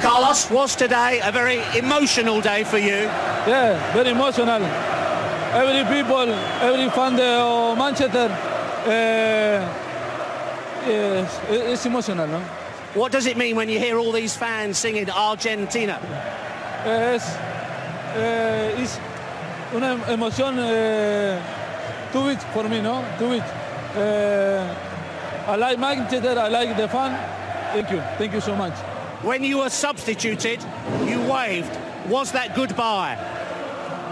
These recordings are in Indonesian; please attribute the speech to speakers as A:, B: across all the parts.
A: Carlos, was today a very emotional day for you?
B: Yeah, very emotional. Every people, every fan of Manchester, eh, uh, yes, it- it's emotional. No?
A: What does it mean when you hear all these fans singing Argentina?
B: Eh, Es, eh, es una em- emoción eh, too big for me, no? Too big. Eh, I like Manchester, I like the fan. Thank you, thank you so much.
A: When you were substituted, you waved. Was that goodbye?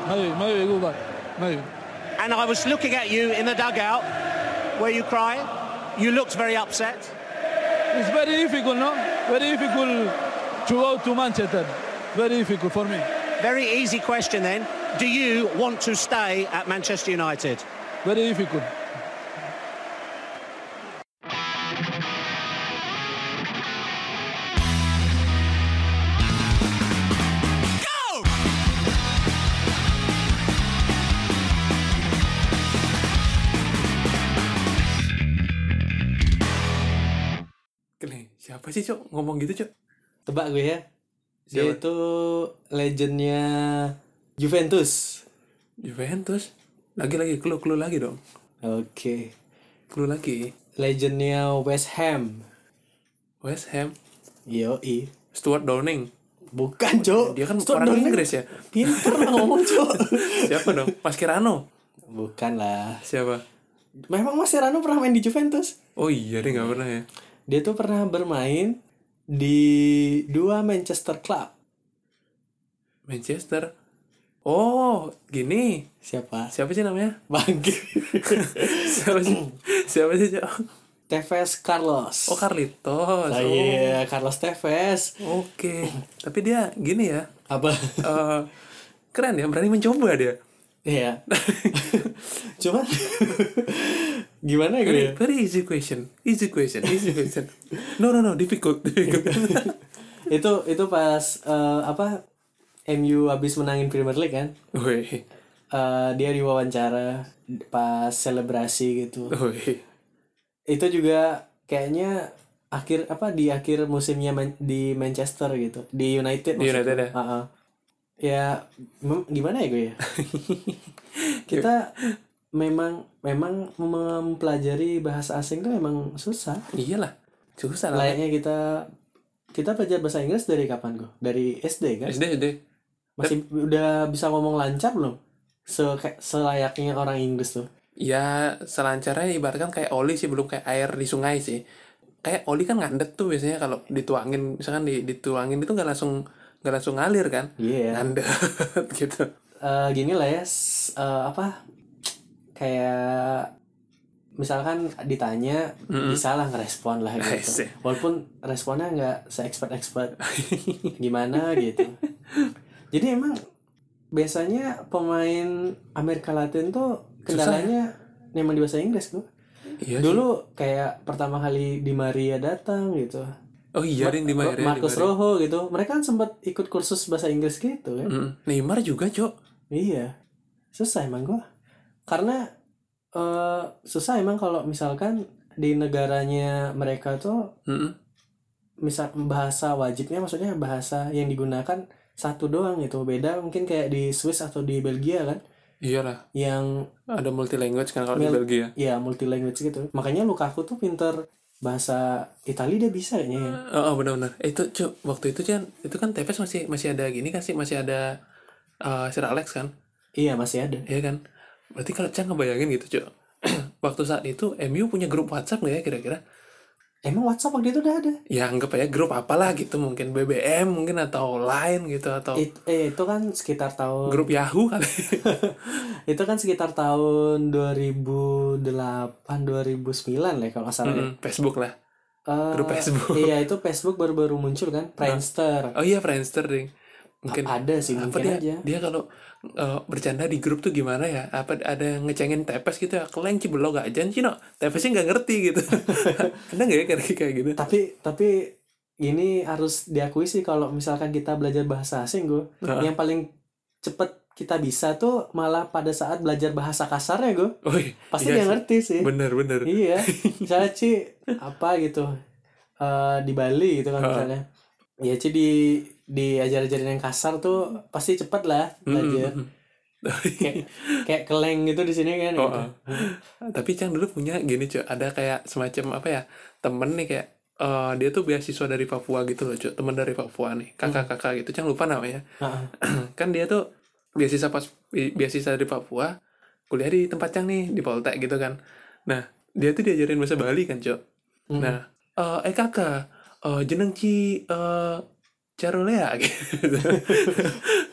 B: Maybe, maybe goodbye. Maybe.
A: And I was looking at you in the dugout. Were you crying? You looked very upset.
B: It's very difficult, no? Very difficult to go to Manchester. Very difficult for me.
A: Very easy question then. Do you want to stay at Manchester United?
B: Very difficult.
C: Nih, siapa sih cok ngomong gitu cok
D: Tebak gue ya. Dia
C: Siapa?
D: itu legendnya Juventus.
C: Juventus lagi lagi clue clue lagi dong
D: Oke.
C: clue lagi
D: Legendnya West Ham.
C: West Ham
D: Yoi.
C: Stuart Downing
D: Bukan, Cok.
C: dia kan
D: Stuart
C: orang
D: Donnell.
C: Inggris ya
D: Pinter lah ngomong, Cok.
C: siapa dong Mascherano
D: Bukan lah.
C: siapa
D: Memang Mascherano pernah main di Juventus.
C: oh iya dia nggak pernah ya
D: Dia tuh pernah bermain di dua Manchester club.
C: Manchester oh gini
D: Siapa?
C: siapa sih namanya
D: Bang.
C: siapa sih siapa sih cok
D: Tevez Carlos.
C: oh Carlitos
D: Ah,
C: Oh,
D: iya, Carlos Tevez.
C: oke tapi dia gini ya
D: Apa?
C: eh, keren ya berani mencoba dia
D: Iya. Cuma gimana gitu ya?
C: Very easy question, easy question, easy question. No no no, difficult, difficult.
D: itu itu pas eh, apa MU habis menangin Premier League kan
C: Woi,
D: Eh, dia diwawancara pas selebrasi gitu
C: woi.
D: itu juga kayaknya akhir apa di akhir musimnya Man- di Manchester gitu di United
C: Di United ya?
D: maksudnya. Ah, ah. ya mem- gimana ya gue ya kita memang memang mempelajari bahasa asing tuh memang susah
C: Iyalah, susah lah.
D: layaknya kita kita belajar bahasa Inggris dari kapan gue dari SD kan
C: SD SD.
D: masih udah bisa ngomong lancar belum Se kayak selayaknya orang Inggris tuh
C: Ya selancarnya ibaratkan kayak oli sih, belum kayak air di sungai sih. Kayak oli kan ngandet tuh biasanya kalau dituangin, misalkan di, dituangin itu nggak langsung nggak langsung ngalir kan?
D: iya
C: Ngandet gitu.
D: Eh, gini lah ya s- eh, apa kayak misalkan ditanya bisa lah ngerespon lah gitu
C: Asik.
D: walaupun responnya nggak se expert expert gimana gitu jadi emang biasanya pemain Amerika Latin tuh
C: Susah ya?
D: kendalanya memang di bahasa Inggris tuh
C: Iya. sih.
D: dulu kayak pertama kali di Maria datang gitu
C: Oh iya, ada yang di
D: Ro-
C: Mayer, ada yang di
D: Marcos
C: Mayer.
D: Rojo gitu. Mereka kan sempat ikut kursus bahasa Inggris gitu kan.
C: Mm-mm. Neymar juga, Cok.
D: Iya. Susah emang gua. Karena eh susah emang kalau misalkan di negaranya mereka tuh
C: Mm-mm.
D: misal bahasa wajibnya maksudnya bahasa yang digunakan satu doang gitu. Beda mungkin kayak di Swiss atau di Belgia kan
C: Iyalah,
D: yang
C: ada multi language kan kalau di
D: Mil-
C: Belgia.
D: ya multilanguage gitu. Makanya Lukaku tuh pinter bahasa Italia dia bisa kayaknya. ya.
C: Oh, oh, benar-benar. Eh, itu cu, waktu itu kan itu kan Tevez masih masih ada gini kan sih masih ada eh Sir Alex kan,
D: Iya, masih ada.
C: ya kan. Berarti kalau Cang ngebayangin gitu cu, waktu saat itu MU punya grup WhatsApp nggak ya kira-kira?
D: Emang WhatsApp waktu itu udah ada.
C: Ya anggap aja grup apalah gitu mungkin BBM mungkin atau lain gitu atau
D: It- eh, itu kan sekitar tahun
C: grup Yahoo kali.
D: itu kan sekitar tahun 2008 2009 lah ya, kalau nggak salah ya.
C: Mm-mm, Facebook lah.
D: Eh,
C: grup Facebook.
D: iya itu Facebook baru-baru muncul kan Friendster
C: Oh iya Friendster ding. Mungkin
D: ada sih
C: apa dia
D: mungkin aja
C: dia kalau eh, bercanda di grup tuh gimana ya apa ada yang ngecengin tepes gitu ya keleng cibelo gak janji no tepesnya nggak ngerti gitu ada nggak ya kayak kayak gitu
D: tapi tapi ini harus diakui sih kalau misalkan kita belajar bahasa asing gue
C: Heeh.
D: yang paling cepet kita bisa tuh malah pada saat belajar bahasa kasarnya gue
C: Oi,
D: pasti
C: iya
D: dia
C: sih.
D: ngerti sih
C: bener bener
D: iya misalnya Ci apa gitu eh, di Bali gitu kan
C: Heeh.
D: misalnya ya Ci di diajar-ajarin yang kasar tuh pasti cepat lah belajar
C: hmm,
D: kayak kayak keleng gitu di sini kan
C: Oh,
D: gitu.
C: oh. tapi Cang dulu punya gini cuy ada kayak semacam apa ya temen nih kayak eh, dia tuh beasiswa dari Papua gitu loh cuy temen dari Papua
D: Hmm.
C: nih kakak-kakak gitu Cang lupa namanya
D: Heeh.
C: kan dia tuh beasiswa pas beasiswa dari Papua kuliah di tempat Cang nih di Poltek gitu kan nah dia tuh diajarin bahasa Bali kan cuy
D: Hmm.
C: nah eh eh kakak eh, jeneng Ci eh Carolea gitu.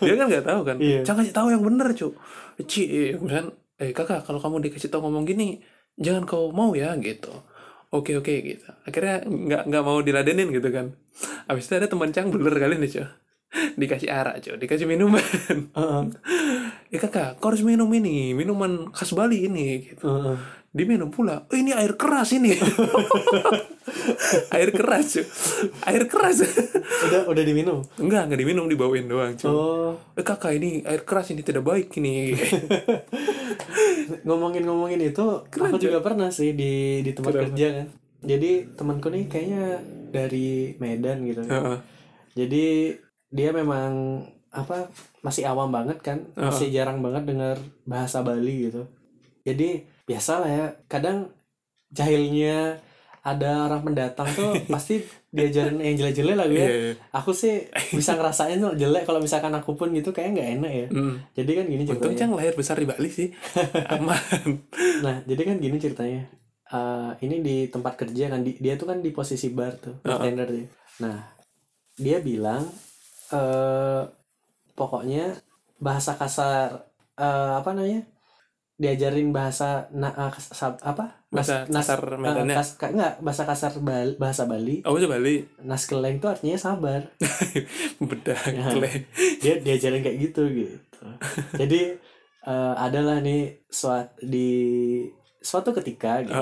C: dia kan nggak tahu kan
D: Iya.
C: Cang kasih tahu yang bener cuy Ci kemudian eh kakak kalau kamu dikasih tahu ngomong gini jangan kau mau ya gitu oke oke gitu akhirnya nggak nggak mau diladenin gitu kan abis itu ada teman cang beler kali nih cuy dikasih arak cuy dikasih minuman
D: Heeh.
C: ya kakak kau harus minum ini minuman khas Bali ini gitu
D: Heeh.
C: diminum pula oh, ini air keras ini air keras cuy air keras
D: udah udah diminum
C: enggak enggak diminum dibawain doang cuy
D: oh
C: eh kakak ini air keras ini tidak baik ini
D: ngomongin-ngomongin itu aku juga pernah sih di di tempat kerja kan jadi temanku nih kayaknya dari Medan gitu kan.
C: Heeh.
D: jadi dia memang apa masih awam banget kan masih jarang banget dengar bahasa Bali gitu jadi biasalah ya kadang jahilnya ada orang pendatang tuh pasti diajarin yang jelek-jelek lah gue ya.
C: Iya, iya.
D: aku sih bisa ngerasain tuh jelek kalau misalkan aku pun gitu kayak nggak enak ya
C: Mm.
D: jadi kan gini
C: untung
D: ceritanya
C: cang lahir besar di Bali sih aman
D: Nah, jadi kan gini ceritanya. Eh, ini di tempat kerja kan di- dia tuh kan di posisi bar tuh, bartender dia. Nah, dia bilang eh pokoknya bahasa kasar eh, apa namanya? diajarin bahasa na ah, kas- sab- apa?
C: Bahasa kasar
D: eh,
C: Medannya.
D: kas- ka- enggak, bahasa kasar Bal- bahasa Bali.
C: oh coba Bali
D: Nas keleng tuh artinya sabar.
C: bedak
D: Ya.
C: kle.
D: dia diajarin kayak gitu gitu jadi eh, adalah nih suat di suatu ketika gitu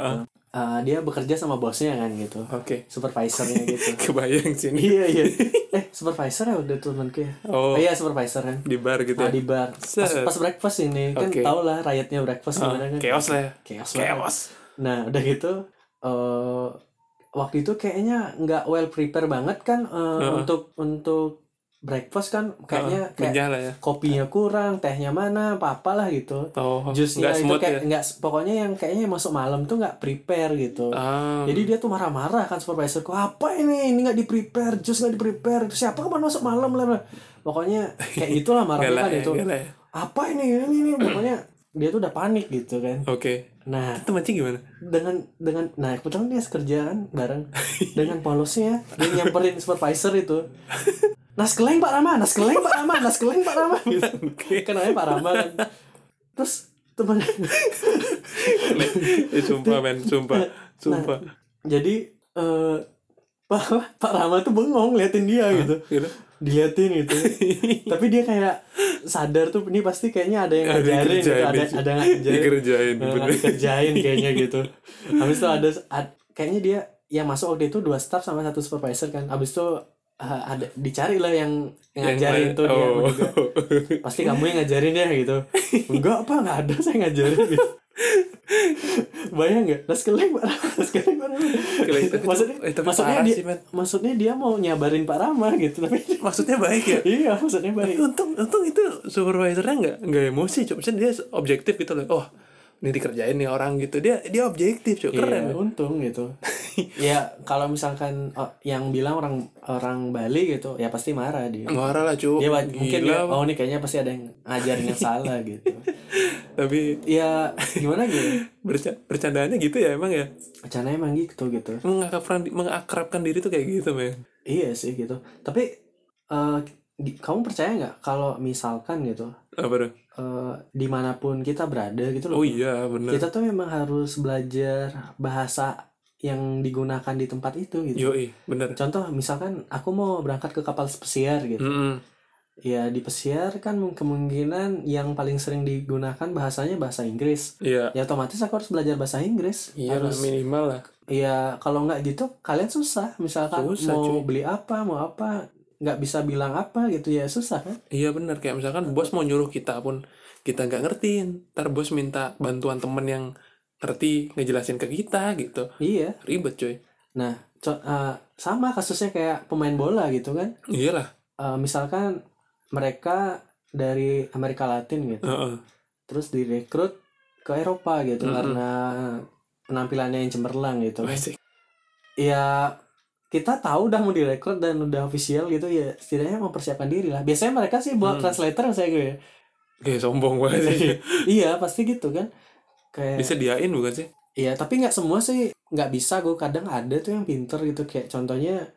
D: eh, dia bekerja sama bosnya kan gitu
C: oke
D: supervisornya gitu
C: kebayang sini
D: iya iya eh supervisor ya udah temanku ya
C: Oh.
D: iya supervisor kan
C: di bar gitu ya.
D: Ah, di bar pas,
C: Set.
D: pas breakfast ini kan
C: Oke.
D: tau lah rakyatnya breakfast gimana kan
C: Ah, chaos lah ya
D: chaos banget.
C: chaos
D: Nah, udah gitu eh waktu itu kayaknya nggak well prepare banget kan eh, untuk untuk breakfast kan kayaknya kayak
C: menjala ya
D: kopinya kurang, tehnya mana, apa-apa lah gitu.
C: oh nggak
D: Jusnya itu
C: smooth
D: kayak
C: ya
D: nggak pokoknya yang kayaknya masuk malam tuh nggak prepare gitu.
C: ah
D: Jadi dia tuh marah-marah kan supervisorku apa ini ini nggak di prepare, jus nggak di prepare, siapa kemana masuk malam lah, lah. Pokoknya kayak gitulah marah-marah
C: galak ya
D: gitu.
C: galak ya
D: Apa ini ini ini pokoknya dia tuh udah panik gitu kan.
C: Oke.
D: Nah,
C: Itu mancing gimana?
D: dengan dengan nah kebetulan dia kerja kan bareng dengan polosnya dia nyamperin supervisor itu nas keleng pak Rama nas keleng pak Rama nas keleng pak Rama gitu kan namanya pak Rama kan terus temen
C: Eh, sumpah men, sumpah.
D: Nah.
C: Sumpah.
D: jadi eh pak pak Rama tuh bengong liatin dia gitu
C: Gitu.
D: diliatin gitu tapi dia kayak sadar tuh ini pasti kayaknya ada yang
C: Ada yang
D: ngajarin gitu
C: kerjain
D: ada
C: nih.
D: ada yang ngajarin
C: Dikerjain,
D: Nah,
C: bener.
D: dikerjain kayaknya gitu habis itu ada ad- kayaknya dia yang masuk waktu itu dua staff sama satu supervisor kan habis itu eh, ada dicari lah yang ngajarin
C: lain-
D: tuh dia
C: oh.
D: menduga, pasti kamu yang ngajarin ya gitu enggak apa nggak ada saya ngajarin gitu bayang nggak las keleng pak Rama las keleng pak Rama
C: Keleng, tapi-
D: maksudnya
C: eh, tapi
D: maksudnya
C: parah
D: dia
C: sih, men.
D: maksudnya dia mau nyabarin pak Rama gitu tapi
C: Maksudnya baik ya?
D: iya maksudnya
C: Tapi
D: baik
C: untung, untung itu supervisornya nggak nggak emosi, cuy. Maksudnya dia objektif gitu loh. Oh, ini dikerjain nih orang gitu. Dia dia objektif, cuy. Keren.
D: Iya, untung gitu. ya kalau misalkan oh, yang bilang orang orang Bali gitu, ya pasti marah dia.
C: Marah lah, cuy.
D: Dia wa- Iya, mungkin
C: Gila,
D: dia, oh ini kayaknya pasti ada yang ngajarin yang salah gitu.
C: Tapi
D: Ya gimana gitu?
C: berca- bercandaannya gitu ya emang ya.
D: Bercanda emang gitu gitu.
C: Mengakrabkan, mengakrabkan diri tuh kayak gitu, men.
D: Iya sih gitu. Tapi eh, di- kamu percaya nggak kalau misalkan gitu,
C: Apa tuh?
D: eh, dimanapun kita berada gitu loh,
C: Oh iya, bener.
D: kita tuh memang harus belajar bahasa yang digunakan di tempat itu gitu.
C: Yoi, bener.
D: Contoh misalkan aku mau berangkat ke kapal pesiar gitu.
C: Mm-mm.
D: Ya di pesiar kan mung- kemungkinan yang paling sering digunakan bahasanya bahasa Inggris.
C: Iya.
D: Ya otomatis aku harus belajar bahasa Inggris.
C: Iya, lah,
D: harus.
C: minimal lah.
D: Ya kalau nggak gitu kalian susah. Misalkan
C: Susah,
D: mau
C: cuy.
D: beli apa, mau apa, nggak bisa bilang apa gitu ya susah kan?
C: Iya bener kayak misalkan bos mau nyuruh kita pun kita nggak ngertiin. Ntar bos minta bantuan temen yang ngerti ngejelasin ke kita gitu.
D: Iya.
C: Ribet coy.
D: Nah, co- eh, sama kasusnya kayak pemain bola gitu kan.
C: iyalah
D: Eh, misalkan mereka dari Amerika Latin gitu,
C: Heeh.
D: terus direkrut ke Eropa gitu
C: Mm-mm.
D: karena penampilannya yang cemerlang gitu.
C: Wah, sih.
D: ya kita tahu udah mau direkrut dan udah official gitu ya setidaknya mempersiapkan diri lah biasanya mereka sih buat
C: Hmm.
D: translator saya gue ya.
C: Kayak Eh, sombong banget sih.
D: iya pasti gitu kan kayak
C: Disediain bukan sih?
D: iya tapi nggak semua sih nggak bisa gue kadang ada tuh yang pinter gitu kayak contohnya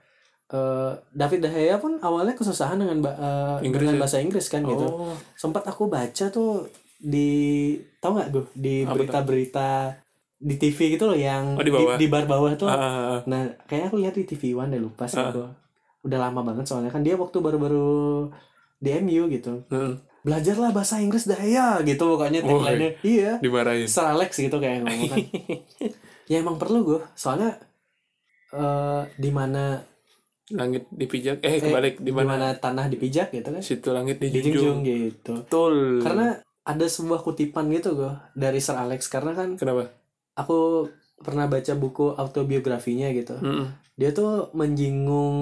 D: eh, David De Gea pun awalnya kesusahan dengan ba- eh,
C: Inggris
D: dengan
C: ya?
D: bahasa Inggris kan gitu
C: Oh,
D: sempat aku baca tuh di tahu nggak gue di
C: Apa tuh?
D: berita-berita di TV gitu loh yang
C: Oh, di bawah.
D: di, bar bawah tuh
C: ah, ah, ah.
D: Nah, kayaknya aku lihat di TV One deh lupa sih
C: Ah.
D: aku. Udah lama banget soalnya kan dia waktu baru-baru di MU gitu.
C: Heeh.
D: Belajarlah bahasa Inggris daya gitu pokoknya
C: Woi.
D: tagline-nya. Iya.
C: dimarahin.
D: Sir Alex gitu kayak ngomong kan. ya emang perlu gue soalnya eh di mana
C: Langit dipijak, eh
D: eh,
C: kebalik di mana?
D: tanah dipijak gitu kan.
C: Situ langit dijunjung.
D: Dijunjung gitu.
C: Betul.
D: Karena ada sebuah kutipan gitu gue dari Sir Alex karena kan
C: kenapa?
D: aku pernah baca buku autobiografinya gitu.
C: Heeh.
D: dia tuh menyinggung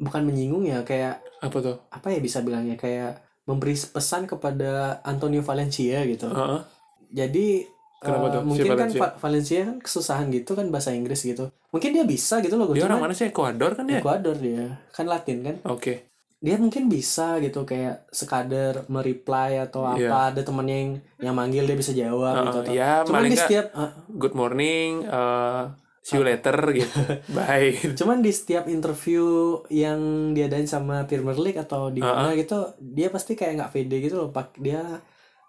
D: bukan menyinggung ya kayak
C: Apa tuh?
D: apa ya bisa bilangnya kayak memberi pesan kepada Antonio Valencia gitu.
C: Heeh.
D: Jadi
C: Ah. Kenapa
D: eh,
C: tuh si
D: mungkin kan
C: Valencia?
D: Va- Valencia kan kesusahan gitu kan bahasa Inggris gitu. Mungkin dia bisa gitu loh gue
C: Dia orang mana
D: cuman
C: sih? Ekuador kan ya? Oke.
D: Ekuador dia kan Latin kan. Dia mungkin bisa gitu kayak sekadar mereply atau apa
C: Iya.
D: ada temennya yang yang manggil dia bisa jawab
C: Heeh,
D: gitu. atau-
C: ya,
D: cuman
C: paling
D: di
C: nggak-
D: setiap eh,
C: Good morning. eh, see you later gitu. Bye.
D: Cuman di setiap interview yang diadain sama Premier League atau di mana gitu, dia pasti kayak nggak pede gitu loh. Pak dia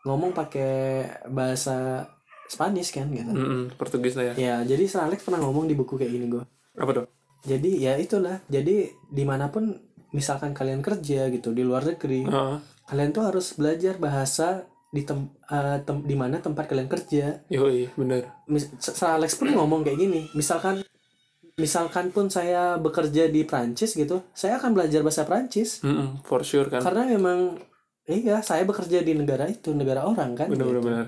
D: ngomong pakai bahasa Spanish kan gitu.
C: Mm-mm, Portugis lah ya.
D: Ya, jadi Sir Alex pernah ngomong di buku kayak gini gue.
C: Apa tuh?
D: Jadi ya itulah. Jadi dimanapun misalkan kalian kerja gitu di luar negeri,
C: Heeh.
D: kalian tuh harus belajar bahasa di tem, eh, tem- di mana tempat kalian kerja.
C: Yoi, bener.
D: Mis- Sir Alex pun ngomong kayak gini misalkan misalkan pun saya bekerja di Prancis gitu saya akan belajar bahasa Prancis
C: Mm-mm, for sure kan.
D: karena memang iya saya bekerja di negara itu negara orang kan
C: Bener,
D: gitu.
C: bener, bener.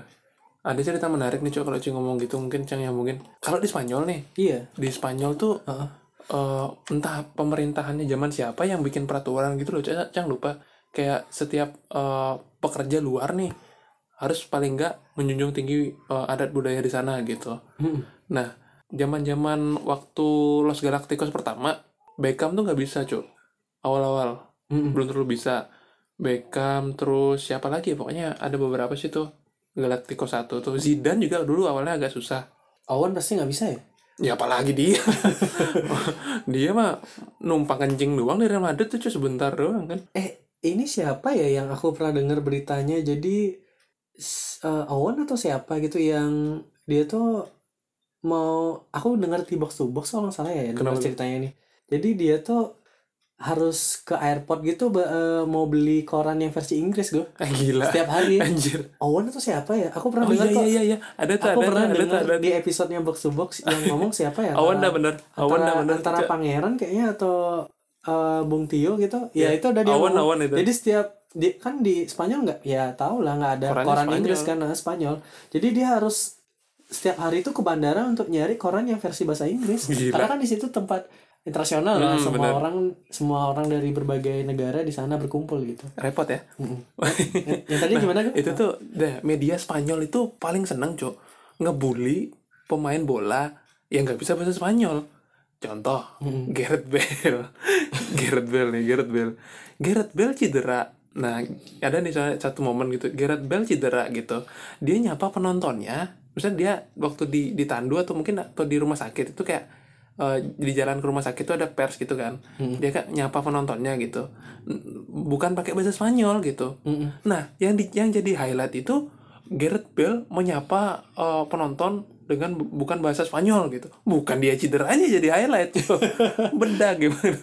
C: Ada cerita menarik nih, Cok, kalau Cing ngomong gitu. Mungkin Cang yang mungkin. Kalau di Spanyol nih,
D: iya
C: di Spanyol tuh
D: Heeh.
C: eh, entah pemerintahannya zaman siapa yang bikin peraturan gitu loh Cang Cang lupa kayak setiap eh, pekerja luar nih harus paling nggak menjunjung tinggi eh, adat budaya di sana gitu
D: Mm-mm.
C: nah zaman zaman waktu Los Galacticos pertama Beckham tuh nggak bisa cuy awal-awal
D: Mm-mm.
C: belum terlalu bisa Beckham terus siapa lagi ya? pokoknya ada beberapa sih tuh Galacticos satu tuh Zidane juga dulu awalnya agak susah
D: Owen pasti nggak bisa ya
C: Ya apalagi dia. dia mah numpang kencing doang dari Real Madrid tuh cuy sebentar doang kan.
D: eh ini siapa ya yang aku pernah dengar beritanya jadi s- eh, Owen atau siapa gitu yang dia tuh mau aku dengar di box to box kalau nggak salah ya dengar
C: Kenapa tuh?
D: ceritanya nih jadi dia tuh harus ke airport gitu ba- eh, mau beli koran yang versi Inggris gue
C: Ah, gila.
D: setiap hari
C: Anjir.
D: Owen atau siapa ya aku pernah
C: Oh iya
D: dengar kok
C: iya iya iya. Ada tuh
D: aku
C: ada
D: pernah
C: tuh, ada tuh
D: dengar
C: ada.
D: di episodenya box to box yang ngomong siapa ya
C: Awan dah
D: antara-
C: bener. Awan dah
D: antara,
C: bener.
D: antara
C: Cok.
D: pangeran kayaknya atau eh, Bung Tio gitu ya
C: Iya.
D: itu ada dia
C: Awan
D: ngomong.
C: awan itu.
D: Jadi setiap di, kan di Spanyol nggak ya tau lah nggak ada
C: Korannya
D: koran
C: Spanyol.
D: Inggris kan nah, Spanyol. Jadi dia harus setiap hari itu ke bandara untuk nyari koran yang versi bahasa Inggris.
C: Gila.
D: Karena kan di situ tempat internasional lah
C: Hmm,
D: semua
C: benar.
D: orang semua orang dari berbagai negara di sana berkumpul gitu.
C: Repot ya.
D: Yang, yang tadi gimana? Gu?
C: Nah, itu tuh dah, media Spanyol itu paling seneng cok ngebully pemain bola yang nggak bisa bahasa Spanyol contoh Gareth Bale Gareth Bale nih Gareth Bale Gareth Bale cedera nah ada nih soalnya satu momen gitu Gareth Bale cedera gitu dia nyapa penontonnya misalnya dia waktu di ditandu atau mungkin atau di rumah sakit itu kayak eh, di jalan ke rumah sakit tuh ada pers gitu kan dia kayak nyapa penontonnya gitu N- bukan pakai bahasa Spanyol gitu
D: Mm-mm.
C: Nah, yang di, yang jadi highlight itu Gareth Bale menyapa eh, penonton dengan bu- bukan bahasa Spanyol gitu. Bukan dia cederanya jadi highlight. cuy. Beda gimana.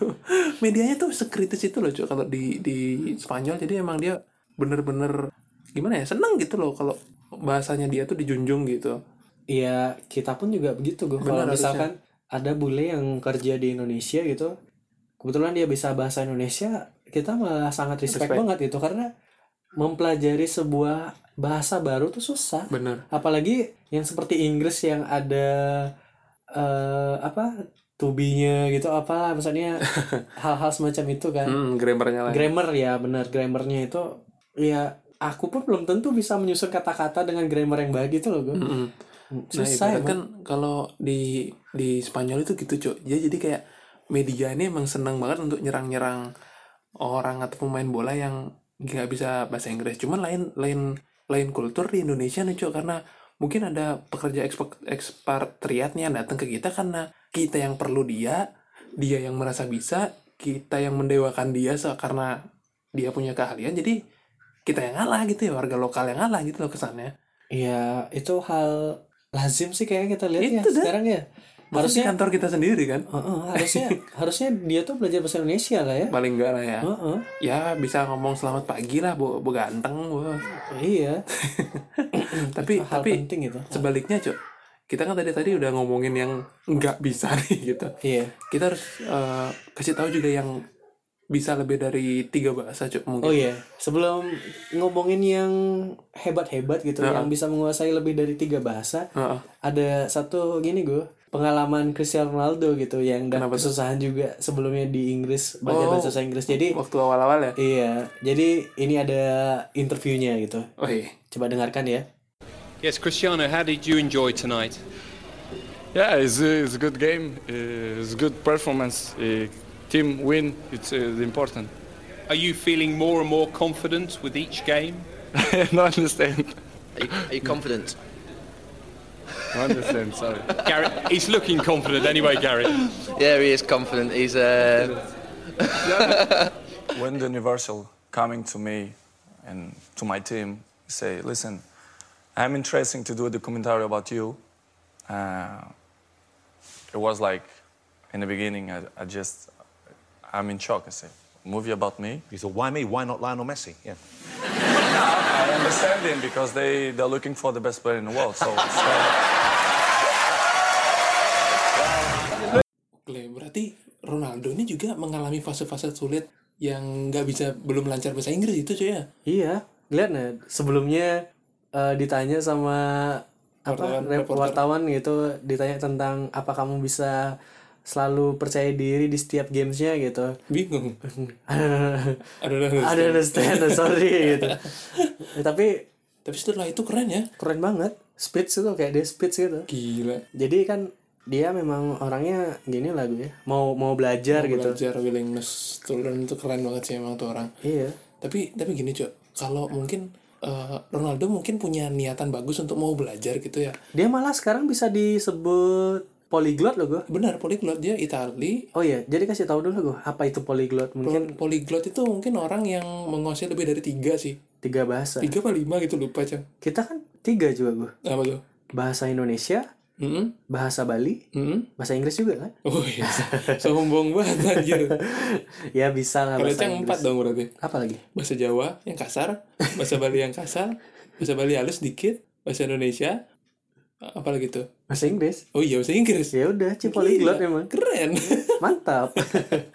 C: Medianya tuh sekritis itu loh cuy kalau di di Spanyol. Jadi emang dia bener-bener gimana ya? Seneng gitu loh kalau bahasanya dia tuh dijunjung gitu.
D: Iya, kita pun juga begitu gue. Kalau
C: Benar,
D: misalkan ada bule yang kerja di Indonesia gitu, kebetulan dia bisa bahasa Indonesia, kita malah sangat respect,
C: Respect.
D: banget gitu karena mempelajari sebuah bahasa baru tuh susah.
C: Bener.
D: Apalagi yang seperti Inggris yang ada eh, apa to be-nya gitu apalah maksudnya hal-hal semacam itu kan
C: Hmm, grammarnya lah.
D: grammar ya benar grammarnya itu ya aku pun belum tentu bisa menyusun kata-kata dengan grammar yang baik gitu loh gue
C: Mm-mm. Nah,
D: susah
C: ibarat
D: emang.
C: kan kalau di di Spanyol itu gitu, Cok. Dia jadi kayak media ini emang seneng banget untuk nyerang-nyerang orang atau pemain bola yang nggak bisa bahasa Inggris. Cuman lain lain lain kultur di Indonesia nih, Cok, karena mungkin ada pekerja ekspat ekspatriatnya yang datang ke kita karena kita yang perlu dia, dia yang merasa bisa, kita yang mendewakan dia se- karena dia punya keahlian. Jadi kita yang ngalah gitu ya, warga lokal yang ngalah gitu loh kesannya.
D: ya itu hal lazim sih kayaknya kita lihat ya
C: Itu dah.
D: sekarang ya
C: Harusnya
D: Harusnya- Oh,
C: kantor kita sendiri kan.
D: Heeh, harusnya harusnya dia tuh belajar bahasa Indonesia lah ya
C: paling enggak lah ya
D: Heeh,
C: ya bisa ngomong selamat pagi lah bu, bu ganteng bu.
D: iya
C: tapi
D: Itu hal
C: tapi
D: penting itu
C: sebaliknya cok kita kan tadi tadi udah ngomongin yang nggak bisa nih gitu
D: iya
C: kita harus eh, kasih tahu juga yang bisa lebih dari tiga bahasa cok mungkin
D: Oh iya, sebelum ngomongin yang hebat-hebat gitu,
C: Heeh.
D: yang bisa menguasai lebih dari tiga bahasa,
C: Heeh.
D: ada satu gini gue pengalaman Cristiano Ronaldo gitu yang dan
C: Kenapa tuh?
D: kesusahan juga sebelumnya di Inggris belajar
C: Oh.
D: bahasa Inggris. Jadi
C: waktu awal-awal ya
D: iya, jadi ini ada interviewnya gitu.
C: oh iya
D: Coba dengarkan ya.
E: Yes, Cristiano, how did you enjoy tonight?
F: Yeah, it's, uh, it's a good game. Uh, it's good performance. Uh, team win. It's uh, important.
E: Are you feeling more and more confident with each game?
F: I don't understand.
G: Are you, are you confident?
F: I understand. Sorry.
E: Garrett, he's looking confident anyway, Garrett.
G: Yeah, he is confident. He's uh,
H: when the Universal coming to me and to my team say, listen, I'm interested to do a documentary about you. Uh, it was like, in the beginning, I, I just, I'm in shock. I say, movie about me?
I: You thought, why me? Why not Lionel Messi? Yeah.
H: I understand them because they, they're looking for the best player in the world. So, so
C: Oke, berarti Ronaldo ini juga mengalami fase-fase sulit yang nggak bisa belum lancar bahasa Inggris itu cok ya
D: Iya, lihat nah sebelumnya eh, ditanya sama apa
C: Wartawan,
D: rep-
C: reporter.
D: wartawan gitu ditanya tentang apa kamu bisa selalu percaya diri di setiap gamesnya gitu.
C: bingung ada
D: I don't understand, sorry gitu. Tapi
C: tapi setelah itu keren ya
D: keren banget, speech itu kayak dia speech gitu.
C: gila
D: Jadi kan dia memang orangnya gini lah gue, mau mau belajar gitu.
C: belajar willingness to learn itu keren banget sih emang tuh orang
D: Iya.
C: tapi tapi gini cok kalau mungkin eh, Ronaldo mungkin punya niatan bagus untuk mau belajar gitu ya
D: Dia malah sekarang bisa disebut polyglot loh gue.
C: benar polyglot dia Itali
D: Oh iya, jadi kasih tahu dulu gue apa itu polyglot mungkin
C: Pol- polyglot itu mungkin orang yang menguasai lebih dari tiga sih
D: tiga bahasa.
C: tiga apa lima gitu lupa cok
D: Kita kan tiga juga gue.
C: apa tuh
D: Bahasa Indonesia,
C: Mm-mm,
D: bahasa Bali,
C: mm-mm.
D: bahasa Inggris juga kan?
C: Hmm? oh iya sombong banget anjir
D: ya bisa
C: Iya
D: lah
C: kalau itu
D: bahasa
C: yang empat
D: Inggris.
C: dong berarti
D: Apa lagi?
C: bahasa Jawa yang kasar bahasa Bali yang kasar bahasa Bali halus dikit bahasa Indonesia apalagi tuh
D: Bahasa Inggris.
C: oh iya bahasa Inggris
D: Ya udah,
C: Iya.
D: ci
C: Gila,
D: polyglot memang.
C: Keren.
D: Mantap. Oke,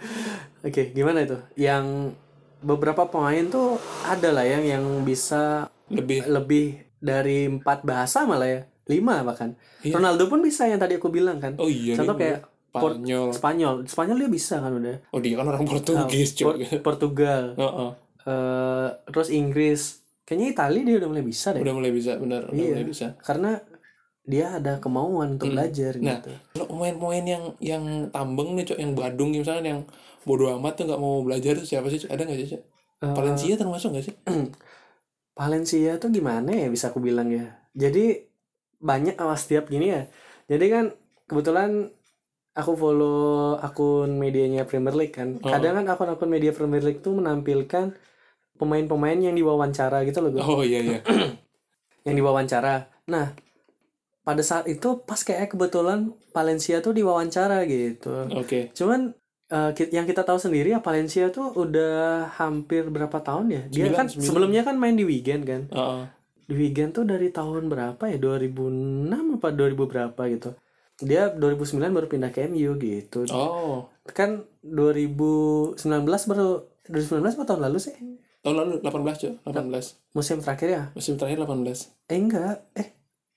D: gimana itu? Yang beberapa pemain tuh ada lah yang yang bisa
C: Lebih
D: lebih dari empat bahasa malah ya, lima bahkan.
C: Iya.
D: Ronaldo pun bisa yang tadi aku bilang kan.
C: Oh iya,
D: Contoh
C: lima.
D: kayak Por-
C: Spanyol.
D: Spanyol, Spanyol dia bisa kan udah.
C: Oh dia kan orang Portugis
D: Por-
C: cuy.
D: Portugal,
C: Heeh.
D: eh, terus Inggris. Kayaknya Italia dia udah mulai bisa deh.
C: Udah mulai bisa benar, udah
D: Iya.
C: mulai bisa.
D: Karena dia ada kemauan untuk belajar
C: Nah,
D: gitu.
C: kalau pemain-pemain yang yang tambeng nih, Cok, yang Badung misalnya yang bodoh amat tuh nggak mau belajar tuh siapa sih? Cok? Ada nggak sih, Cok?
D: Eh,
C: Valencia termasuk nggak sih?
D: Valencia tuh gimana ya bisa aku bilang ya. Jadi banyak awas setiap gini ya. Jadi kan kebetulan aku follow akun medianya Premier League kan.
C: Oh.
D: Kadang kan akun-akun media Premier League tuh menampilkan pemain-pemain yang diwawancara gitu loh, Gu.
C: Oh iya iya.
D: yang diwawancara. Nah, pada saat itu pas kayak kebetulan Valencia tuh diwawancara gitu.
C: Oke.
D: Cuman eh, ki- yang kita tahu sendiri ya Valencia tuh udah hampir berapa tahun ya? Dia
C: Sembilan,
D: kan
C: sembilan.
D: sebelumnya kan main di weekend kan
C: Heeh.
D: di Wigan tuh dari tahun berapa ya 2006 apa 2000 berapa gitu dia 2009 baru pindah ke MU gitu
C: Oh,
D: kan 2019 baru 2019 apa tahun lalu sih
C: tahun lalu 18, Cok. 18.
D: musim terakhir ya
C: Musim terakhir 18.
D: eh enggak eh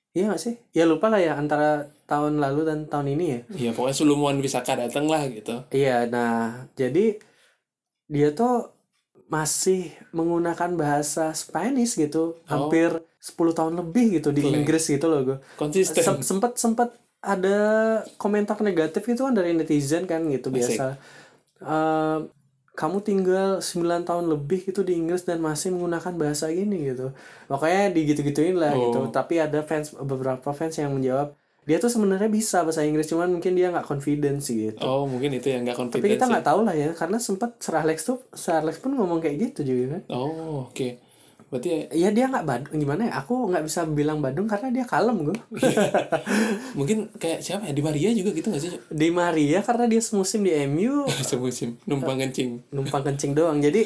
D: Iya nggak sih? Ya lupa lah ya antara tahun lalu dan tahun ini ya.
C: Iya pokoknya sebelum Wan Bisaka datang lah gitu.
D: Iya, nah jadi dia tuh masih menggunakan bahasa Spanish gitu, hampir 10 tahun lebih gitu di
C: Boleh.
D: Inggris gitu loh gue.
C: Konsisten.
D: Sem- sempet sempet ada komentar negatif itu kan dari netizen kan gitu biasa. Ehm, kamu tinggal 9 tahun lebih gitu di Inggris dan masih menggunakan bahasa gini gitu. Makanya digitu-gituin lah gitu. Tapi ada fans beberapa fans yang menjawab dia tuh sebenarnya bisa bahasa Inggris cuman mungkin dia nggak confidence gitu.
C: Oh mungkin itu yang nggak confidence.
D: Tapi kita
C: ya.
D: nggak tahu lah ya, karena sempat Sir Alex tuh, Sir Alex pun ngomong kayak gitu juga kan.
C: Oh oke. Berarti ya,
D: Ya dia nggak Badung, gimana ya? Aku nggak bisa bilang Badung karena dia kalem gue.
C: mungkin kayak siapa ya di Maria juga gitu nggak sih? Cok?
D: di Maria karena dia semusim di MU
C: Semusim numpang kencing.
D: numpang kencing doang. Jadi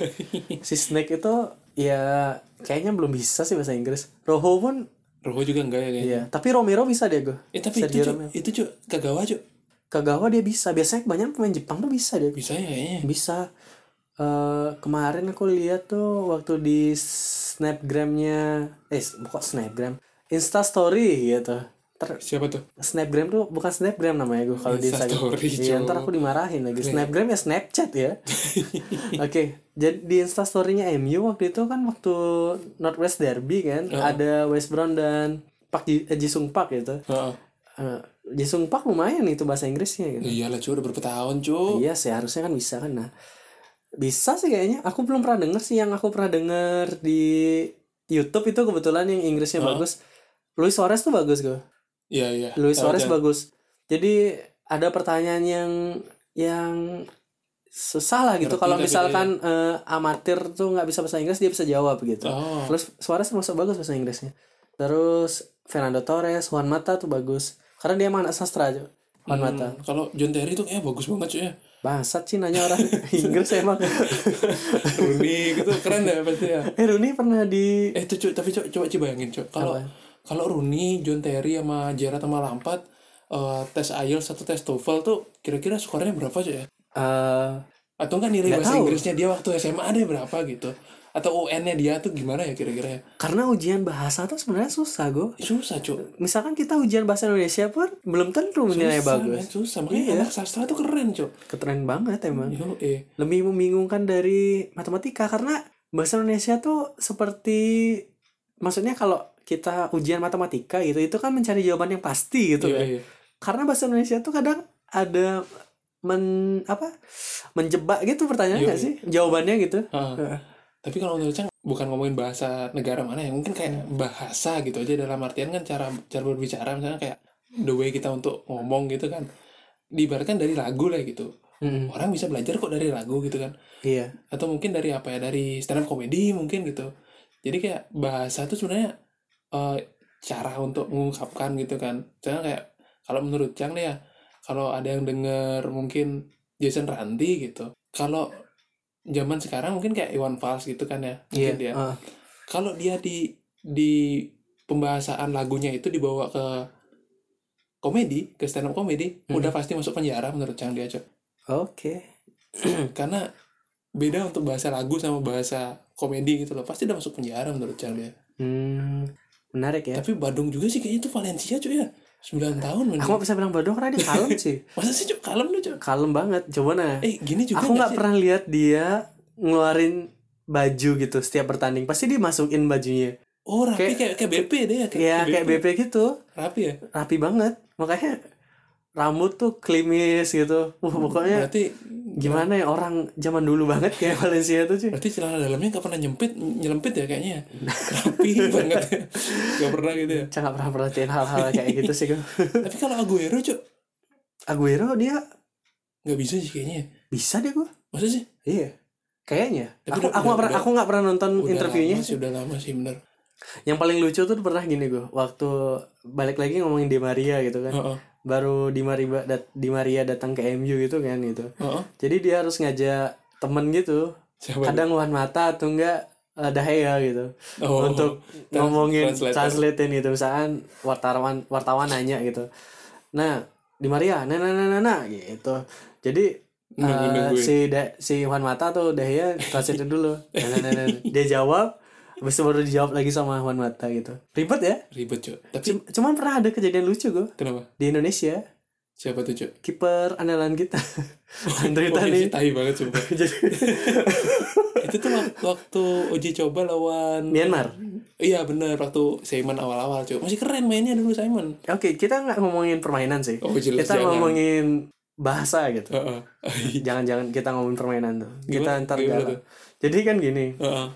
D: si Snake itu ya kayaknya belum bisa sih bahasa Inggris. Rojo pun
C: Roho juga enggak ya kayaknya.
D: ya, tapi Romero bisa dia gue.
C: Eh tapi itu
D: Sergio
C: Cok,
D: Romero.
C: itu cuk Kagawa cuk
D: Kagawa dia bisa. Biasanya banyak pemain Jepang tuh bisa dia.
C: bisa ya kayaknya.
D: bisa eh kemarin aku lihat tuh waktu di snapgramnya eh kok snapgram insta story gitu Ter-
C: Siapa tuh?
D: snapgram tuh bukan snapgram namanya gue kalau di Instagram
C: Instastory,
D: Iya,
C: Jo. Iya.
D: ntar aku dimarahin lagi snapgram ya snapchat ya oke jadi di insta storynya MU waktu itu kan waktu Northwest Derby kan ada West Brown dan Pak Ji, eh, Jisung Park gitu
C: Heeh. Ya
D: Eh, Jisung Park lumayan itu bahasa Inggrisnya gitu
C: Iyalah cuk udah berapa tahun cuk
D: Iya sih harusnya kan bisa kan nah. Bisa sih kayaknya. Aku belum pernah denger sih yang aku pernah denger di YouTube itu kebetulan yang Inggrisnya bagus. Luis Suarez tuh bagus gue.
C: Iya iya. Eh,
D: Luis Suarez
C: dan-
D: bagus. Jadi ada pertanyaan yang yang susah lah
C: Ngerti
D: gitu
C: iya.
D: kalau
C: tapi
D: misalkan eh, amatir tuh nggak bisa bahasa Inggris dia bisa jawab gitu.
C: Oh.
D: Terus Suarez termasuk bagus bahasa Inggrisnya. Terus Fernando Torres, Juan Mata tuh bagus karena dia emang anak sastra aja. Juan Mata.
C: Hmm, Kalau John Terry itu kayaknya bagus banget cuy ya.
D: Bangsat sih nanya orang Inggris emang.
C: Rooney gitu keren ya pasti ya.
D: eh Rooney pernah di
C: Eh itu Cuk, tapi Cuk, coba coba bayangin Cuk. Kalau
D: Apa?
C: kalau Rooney, John Terry sama Gerrard sama Lampard eh, tes IELTS atau tes TOEFL tuh kira-kira skornya berapa Cuk ya?
D: eh
C: Atau enggak nilai
D: Nggak
C: bahasa
D: tahu.
C: Inggrisnya dia waktu SMA ada berapa gitu? Atau UN-nya dia tuh gimana ya kira-kira ya?
D: karena ujian bahasa tuh sebenarnya susah go.
C: Susah Cuk.
D: Misalkan kita ujian bahasa Indonesia pun belum tentu nilainya
C: Susah,
D: bagus.
C: men, susah. Makanya
D: Iya.
C: anak sastra tuh keren Cuk.
D: Keren banget emang.
C: Yo, eh.
D: Lebih membingungkan dari matematika karena bahasa Indonesia tuh seperti maksudnya kalau kita ujian matematika gitu itu kan mencari jawaban yang pasti
C: Iya,
D: gitu kan.
C: iya.
D: Karena bahasa Indonesia tuh kadang ada men apa menjebak gitu
C: Iya,
D: pertanyaan nggak
C: iya.
D: sih jawabannya gitu
C: Ah.
D: Heeh.
C: Tapi kalau menurut Cang bukan ngomongin bahasa negara mana ya, mungkin kayak bahasa gitu aja dalam artian kan cara cara berbicara misalnya kayak the way kita untuk ngomong gitu kan. Diibaratkan dari lagu lah gitu.
D: Mm-mm.
C: Orang bisa belajar kok dari lagu gitu kan.
D: iya
C: Atau mungkin dari apa ya, dari stand up comedy mungkin gitu. Jadi kayak bahasa tuh sebenarnya eh, cara untuk mengungkapkan gitu kan. Misalnya kayak kalau menurut Cang nih ya, kalau ada yang denger mungkin Jason Ranti gitu. Kalau zaman sekarang mungkin kayak Iwan Fals gitu kan ya.
D: Iya.
C: Mungkin dia
D: ah.
C: kalau dia di di pembahasan lagunya itu dibawa ke komedi ke stand up komedi
D: Mhm.
C: udah pasti masuk penjara menurut Cang dia Cok.
D: Oke.
C: karena beda untuk bahasa lagu sama bahasa komedi gitu loh pasti udah masuk penjara menurut Cang dia
D: Hmm, menarik ya.
C: tapi Badung juga sih kayaknya itu Valencia Cok ya 9 tahun men
D: Aku gak bisa bilang bodoh karena dia kalem sih.
C: masa sih Cok kalem lu Cok
D: Kalem banget. Coba nah.
C: eh gini juga nggak
D: Aku nggak
C: sih?
D: pernah lihat dia ngeluarin baju gitu setiap bertanding. Pasti dimasukin bajunya.
C: oh rapi
D: kayak-
C: kayak kayak BP deh ya
D: Ya kayak BP gitu.
C: rapi ya
D: Rapi banget. Makanya rambut tuh klimis gitu. Wah, pokoknya
C: Hmm, berarti
D: gimana ya orang zaman dulu banget kayak Valencia tuh sih.
C: berarti celana dalamnya nggak pernah nyempit nyelempit ya kayaknya rapi banget nggak pernah gitu ya
D: Saya nggak pernah perhatiin hal-hal kayak gitu sih. Gue.
C: Tapi kalau Aguero cok
D: Aguero dia
C: nggak bisa sih kayaknya. ya?
D: bisa deh gue.
C: Masa sih?
D: Iya. Kayaknya.
C: Tapi
D: Aku
C: udah-
D: aku nggak pernah
C: udah-
D: aku nggak pernah nonton
C: Udah
D: interviewnya.
C: lama sih, udah lama sih bener.
D: Yang paling lucu tuh pernah gini gue waktu balik lagi ngomongin Di Maria gitu kan.
C: Heeh.
D: Baru Di Maria dat- Di Maria datang ke MU gitu kan gitu.
C: Heeh.
D: Jadi dia harus ngajak temen gitu.
C: Siapa
D: Kadang Wan Mata atau enggak eh, Dahea gitu.
C: Oh,
D: untuk
C: trans-
D: ngomongin
C: translator.
D: translatein gitu misalkan wartawan wartawan nanya gitu. Nah, Di Maria nah nah nah nah, nah gitu. Jadi eh,
C: Nunggu-nungguin.
D: si Da- si Juan Mata tuh Dahya translate dulu. Nah, nah, nah, nah. Dia jawab Habis itu baru dijawab lagi sama Juan Mata gitu. Ribet ya?
C: Ribet, Cuk. Tapi
D: Cum- Cuman pernah ada kejadian lucu gue
C: kenapa?
D: di Indonesia.
C: Siapa tuh, Cuk?
D: Kiper andalan kita Andre
C: Wah,
D: Tani.
C: ini tahi banget sumpah.
D: Jadi
C: itu tuh wak- waktu uji coba lawan
D: Myanmar.
C: Iya bener waktu Simon awal-awal cuy masih keren mainnya dulu Simon.
D: Oke, kita nggak ngomongin permainan sih.
C: Oh, jelas,
D: kita
C: jangan.
D: ngomongin bahasa gitu.
C: Heeh.
D: Jangan-jangan kita ngomongin permainan tuh.
C: Gimana-
D: Kita ntar
C: gimana
D: galau.
C: tuh?
D: Jadi kan gini,
C: Heeh.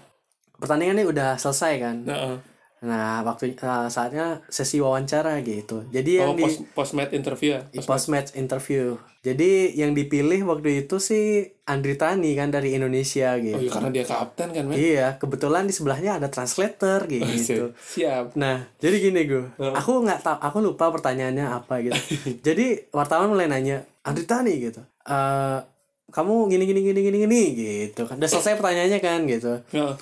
D: pertandingan ini udah selesai kan.
C: Heeh.
D: Nah, waktu eh, saatnya sesi wawancara gitu. Jadi
C: Oh,
D: yang di Iya,
C: post post match interview ya. Post
D: post match interview. Jadi yang dipilih waktu itu sih Andri Tani kan dari Indonesia
C: match.
D: gitu.
C: Oh iya karena dia kapten kan men.
D: Iya, kebetulan di sebelahnya ada
C: Oh,
D: translator
C: iya.
D: gitu.
C: Siap.
D: Nah, jadi gini gue, aku nggak tahu, aku lupa pertanyaannya apa gitu. jadi wartawan mulai nanya, Andri Tani gitu, "Eh, kamu gini gini gini gini gini gitu kan. Udah selesai pertanyaannya kan gitu.
C: Heeh.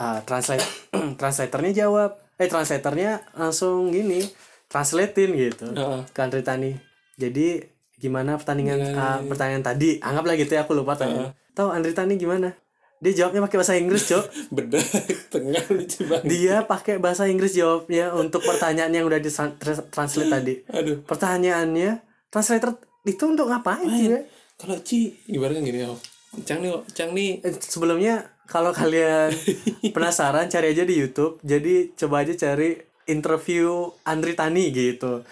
D: Ah, translate translatornya jawab eh translatornya langsung gini translatein gitu
C: Heeh.
D: ke Andri Tani jadi gimana pertandingan ah, pertanyaan tadi anggaplah gitu ya aku lupa tanya tahu Andri Tani gimana dia jawabnya pakai bahasa Inggris cok
C: Bener tengah lucu banget.
D: dia pakai bahasa Inggris jawabnya untuk pertanyaan yang udah di translate tadi
C: Aduh.
D: pertanyaannya translator itu untuk ngapain sih ya?
C: Kalau Ci ibaratnya gini ya. Cang nih, Cang nih
D: Eh, sebelumnya kalau kalian penasaran cari aja di YouTube. Jadi coba aja cari interview Andri Tani gitu.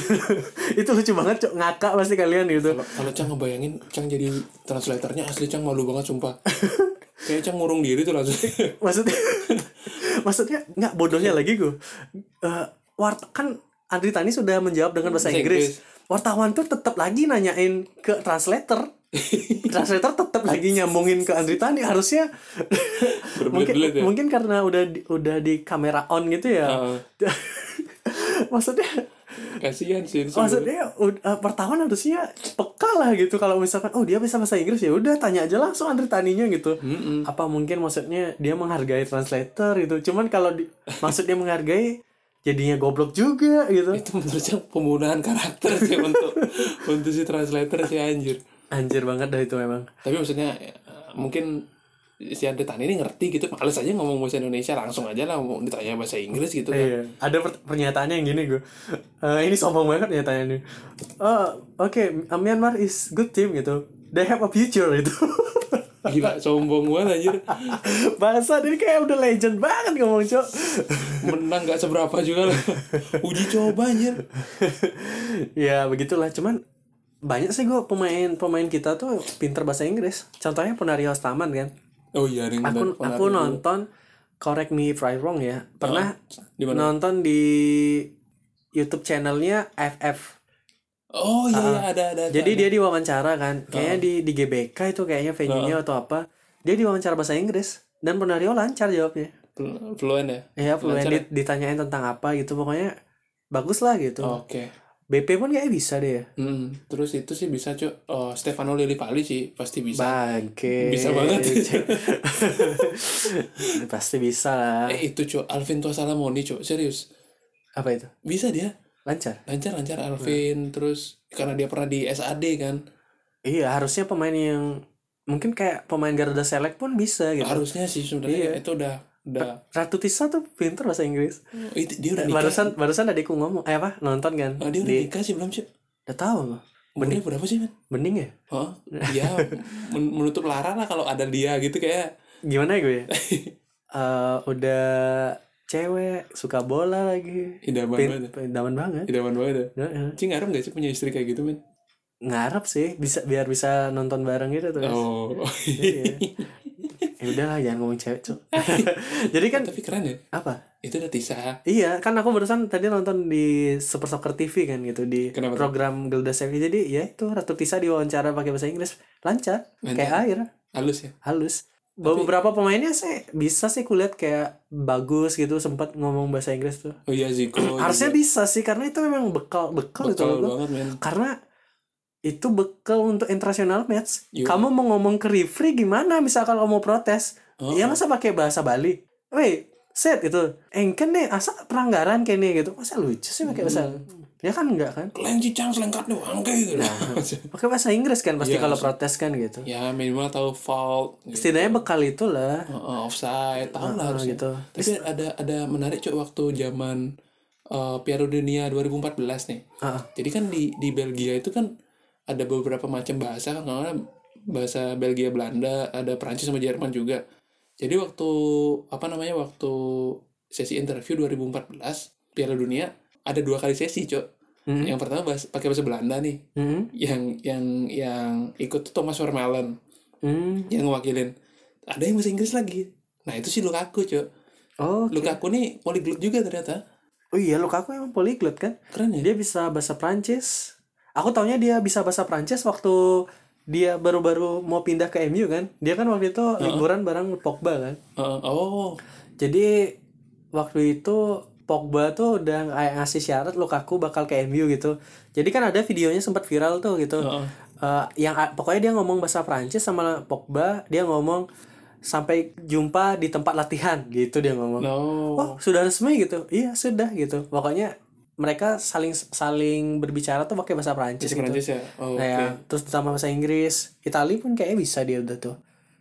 D: itu lucu banget cok ngakak pasti kalian gitu.
C: kalau- kalau Cang ngebayangin Cang jadi translatornya asli Cang malu banget sumpah. Kayak Cang ngurung diri tuh langsung.
D: Maksudnya maksudnya nggak bodohnya lagi gue. Eh, wart kan Andri Tani sudah menjawab dengan bahasa
C: Bahasa
D: Inggris. Wartawan tuh tetap lagi nanyain ke translator. translator tetap lagi nyambungin ke Andri Tani harusnya mungkin
C: Berbelit-belit ya.
D: mungkin karena udah di, udah di kamera on gitu ya.
C: Heeh.
D: maksudnya
C: Kasihan sih. itu sebenarnya.
D: maksudnya ud- eh, wartawan harusnya peka lah gitu kalau misalkan oh dia bisa bahasa Inggris ya udah tanya aja langsung Andre Taninya gitu apa mungkin maksudnya dia menghargai translator gitu cuman kalau di, maksudnya menghargai jadinya goblok juga gitu
C: itu menurut saya pembunuhan karakter sih untuk untuk si translator sih anjir
D: anjir banget dah itu memang
C: tapi maksudnya eh, mungkin si Andre Tani ini ngerti gitu males aja ngomong bahasa Indonesia langsung aja lah mau ditanya bahasa Inggris gitu kan
D: Iya, ada per- pernyataannya yang gini gue. Eh, ini sombong banget pernyataannya ini. Oh, oke, eh, Myanmar is good team gitu. They have a future gitu.
C: gila sombong banget anjir
D: Bahasa ini kayak udah legend banget ngomong, Cok.
C: menang gak seberapa juga lah uji coba anjir
D: ya, begitulah. Cuman banyak sih gue pemain-pemain kita tuh pinter bahasa Inggris. Contohnya Ponario Taman kan.
C: oh iya ada yang benar-
D: Aku aku
C: benar.
D: nonton Correct Me If I Wrong ya. Pernah
C: di mana?
D: nonton di YouTube channelnya FF.
C: oh iya iya, ada ada ada.
D: Ah, Jadi dia diwawancara kan, kayaknya
C: Oh.
D: di di GBK itu kayaknya venue-nya atau apa. Dia diwawancara bahasa Inggris dan Ponario lancar jawabnya.
C: Flu- fluent ya
D: Ya, pokoknya
C: Lancar ya?
D: dit- ditanyain tentang apa gitu, pokoknya bagus lah gitu.
C: oke
D: BP pun kayaknya bisa deh. ya.
C: Hmm, terus itu sih bisa cuy oh, Stefano Lillipali sih pasti bisa
D: Bangke. Iya,
C: Bisa banget.
D: Pasti bisa lah.
C: eh itu cuy Alvin Tuasalamoni cuy serius
D: Apa itu?
C: bisa dia
D: Lancar.
C: lancar lancar
D: Nah.
C: Alvin terus karena dia pernah di SAD kan
D: Iya, harusnya pemain yang mungkin kayak pemain Garuda Select pun bisa gitu.
C: harusnya sih sebenarnya itu udah udah
D: Ratu Tisa tuh pinter bahasa Inggris.
C: itu dia udah Iya. nikah
D: Barusan barusan adikku ngomong, eh apa? Nonton kan?
C: Ah, dia udah nikah sih belum sih
D: Udah tahu.
C: umurnya berapa sih men
D: Bening ya?
C: Heeh. ya men- menutup lara lah kalau ada dia gitu kayak
D: gimana ya gue ya? Eh, udah cewek suka bola lagi
C: Idaman
D: Pin-
C: banget. ya?
D: pin- idaman banget
C: idaman banget ya
D: Heeh.
C: Cing ngarep gak sih punya istri kayak gitu men
D: ngarep sih bisa biar bisa nonton bareng gitu tuh
C: oh
D: Iya. ya udahlah jangan ngomong cewek cuk jadi kan
C: tapi keren ya
D: apa
C: itu udah Tisa
D: iya kan aku barusan tadi nonton di Super Soccer TV kan gitu di
C: Kenapa tuh?
D: program Gelda Sevi jadi ya itu Ratu Tisa diwawancara pakai bahasa Inggris lancar,
C: Lancar.
D: kayak air
C: halus ya
D: halus beberapa pemainnya sih bisa sih kulihat kayak bagus gitu sempat ngomong bahasa Inggris tuh
C: oh iya Ziko
D: harusnya
C: juga.
D: bisa sih karena itu memang bekal bekal, itu
C: Bekal
D: loh.
C: banget, men.
D: karena itu bekal untuk international match
C: Iya.
D: kamu mau ngomong ke referee gimana misalkan kamu mau protes
C: Oh.
D: ya masa pakai bahasa Bali Eh, kan
C: Hmm.
D: weh set itu engken nih asa pelanggaran kayaknya gitu masa lucu sih pakai bahasa Ya kan enggak kan?
C: Kalian cicang selengkat nih angke gitu.
D: Nah, pakai bahasa Inggris kan pasti
C: Iya,
D: kalau
C: maksud-
D: protes kan gitu.
C: ya minimal tahu fault. Gitu.
D: Setidaknya bekal itulah.
C: Heeh, offside tahu lah
D: Heeh,
C: harusnya.
D: gitu.
C: Tapi ada ada menarik cuy waktu zaman eh, Piala Dunia 2014 nih.
D: Heeh.
C: Jadi kan di di Belgia itu kan ada beberapa macam bahasa kan karena bahasa Belgia Belanda, ada Perancis sama Jerman juga. Jadi waktu apa namanya waktu sesi interview 2014 Piala Dunia ada dua kali sesi, Cok.
D: Mhm.
C: Yang pertama bahas, pakai bahasa Belanda nih.
D: Mhm.
C: Yang yang yang ikut tuh Thomas Vermaelen
D: Hmm.
C: yang ngewakilin. Ada yang bahasa Inggris lagi. Nah, itu sih Lukaku, Cok.
D: Oh, oke.
C: Lukaku nih polyglot juga ternyata.
D: Oh iya, Lukaku emang polyglot kan?
C: Keren ya?
D: Dia bisa bahasa Prancis. Aku taunya dia bisa bahasa Prancis waktu dia baru-baru mau pindah ke MU kan. Dia kan waktu itu liburan bareng Pogba kan.
C: Heeh. oh,
D: Iya, Jadi waktu itu Pogba tuh udah kayak ngasih syarat Lukaku bakal ke MU gitu. Jadi kan ada videonya sempat viral tuh gitu. Eh, yang a- pokoknya dia ngomong bahasa Prancis sama Pogba, dia ngomong sampai jumpa di tempat latihan gitu dia ngomong.
C: no.
D: Oh, sudah resmi gitu. Iya, sudah gitu. Pokoknya mereka saling saling berbicara tuh pakai bahasa Prancis
C: Bahasa
D: gitu.
C: Prancis ya? Oh, oke.
D: Nah, ya, terus ditambah bahasa Inggris, Italia pun kayaknya bisa dia udah tuh.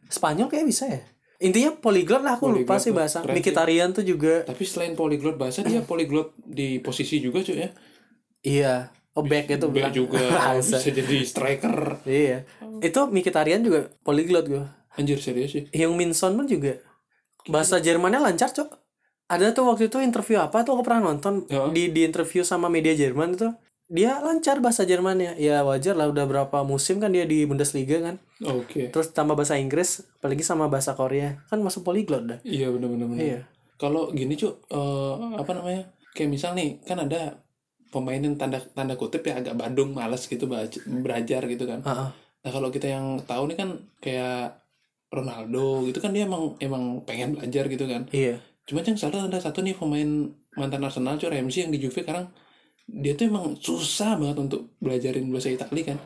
D: Spanyol kayaknya bisa ya. Intinya poliglot lah aku lupa
C: Polyglot
D: sih
C: tuh,
D: bahasa.
C: keren sih.
D: Mikitarian tuh juga
C: Tapi selain polyglot bahasa, dia polyglot di posisi juga, Cok ya.
D: iya, oh back itu
C: Back
D: bilang.
C: juga,
D: Bisa.
C: bisa jadi striker.
D: Iya. Itu Mikitarian juga poliglot gue.
C: Anjir, serius sih.
D: Hyung Min Son pun juga bahasa Jermannya lancar, Cok. Ada tuh waktu itu interview apa tuh aku pernah nonton
C: Ya.
D: di di interview sama media Jerman itu. Dia lancar bahasa Jermannya. Ya wajar lah udah berapa musim kan dia di Bundesliga kan.
C: Oke.
D: Terus tambah bahasa Inggris, apalagi sama bahasa Korea. Kan masuk poliglot dah.
C: Iya, benar-benar.
D: Iya.
C: Kalau gini, Cok, eh, apa namanya? Kayak misal nih, kan ada pemain yang tanda tanda kutip ya agak badung, malas gitu baca- belajar gitu kan.
D: Heeh.
C: Nah kalau kita yang tahu nih kan kayak Ronaldo gitu kan dia emang emang pengen belajar gitu kan.
D: Iya.
C: Cuma yang salah ada satu nih pemain mantan Arsenal cuy Ramsey yang di Juve sekarang dia tuh emang susah banget untuk belajarin bahasa Itali kan.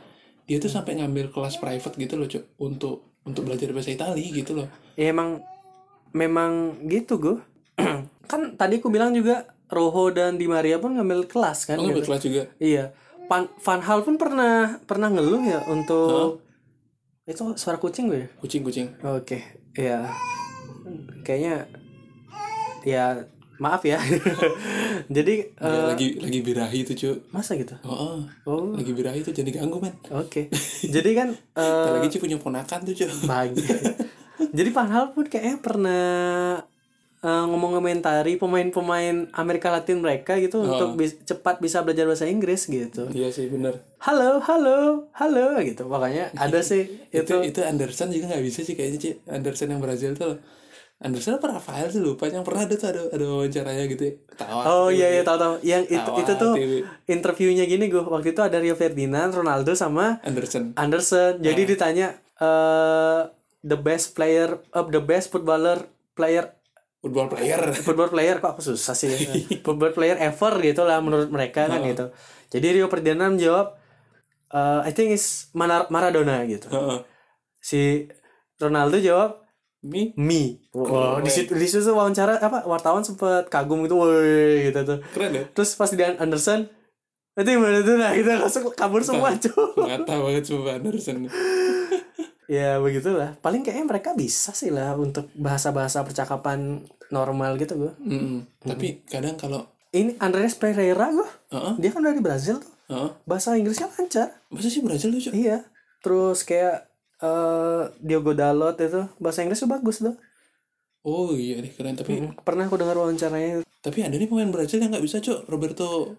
C: Dia tuh sampai ngambil kelas private gitu loh cuy untuk untuk belajar bahasa Itali gitu loh.
D: Ya emang memang gitu, Go. kan tadi aku bilang juga Rojo dan Di Maria pun ngambil kelas kan.
C: Oh, ngambil
D: gitu.
C: kelas juga.
D: Iya. Van, Van Hal pun pernah pernah ngeluh ya untuk itu suara kucing gue. ya?
C: Kucing-kucing.
D: Oke, ya kayaknya ya maaf ya. Jadi
C: Dia
D: eh,
C: lagi lagi birahi tuh cuy.
D: masa gitu.
C: Oh, oh.
D: Oh, oke.
C: lagi birahi tuh jadi ganggu men.
D: Jadi kan eh,
C: Ntar lagi cuy punya ponakan tuh cuy.
D: lagi. Jadi Van Hal pun kayaknya pernah eh, ngomong komentari pemain-pemain Amerika Latin mereka gitu untuk bis- cepat bisa belajar bahasa Inggris gitu.
C: Iya sih bener.
D: Halo, halo, halo gitu. Makanya ada sih
C: itu
D: itu.
C: itu Anderson juga nggak bisa sih kayaknya Ci. Anderson yang Brazil tuh Anderson apa Rafael sih lupa yang pernah ada tuh ada ada wawancaranya gitu ya. ketawa
D: Oh
C: Gitu.
D: iya iya tahu tahu. Yang itu
C: Tawa
D: itu tuh
C: TV.
D: interviewnya gini gue. Waktu itu ada Rio Ferdinand, Ronaldo sama
C: Anderson
D: Anderson. Jadi ditanya eh the best player of the best footballer player
C: football player
D: football player kok aku susah sih.
C: Iya.
D: football player ever gitu lah menurut mereka kan gitu. Jadi Rio Ferdinand menjawab eh, I think is Manar- Maradona gitu.
C: Heeh.
D: Si Ronaldo jawab
C: Mi
D: me. Wow, di situ di situ wawancara apa wartawan sempat kagum gitu, woi gitu tuh.
C: Keren ya?
D: Terus pas di Anderson, nanti mana tuh nah kita langsung kabur semua cuy.
C: ngata banget coba Anderson
D: ya begitulah. Paling kayaknya mereka bisa sih lah untuk bahasa-bahasa percakapan normal gitu gue.
C: Mm-mm. tapi kadang kalau
D: Ini Andres Pereira gue,
C: Heeh.
D: dia kan dari Brazil tuh.
C: Heeh.
D: Bahasa Inggrisnya lancar.
C: masa sih Brazil tuh Cok?
D: Iya. Terus kayak eh Diogo Dalot itu bahasa Inggrisnya bagus tuh.
C: oh iya nih keren tapi
D: Pernah aku dengar wawancaranya
C: tapi ada nih pemain Brazil yang nggak bisa Cok Roberto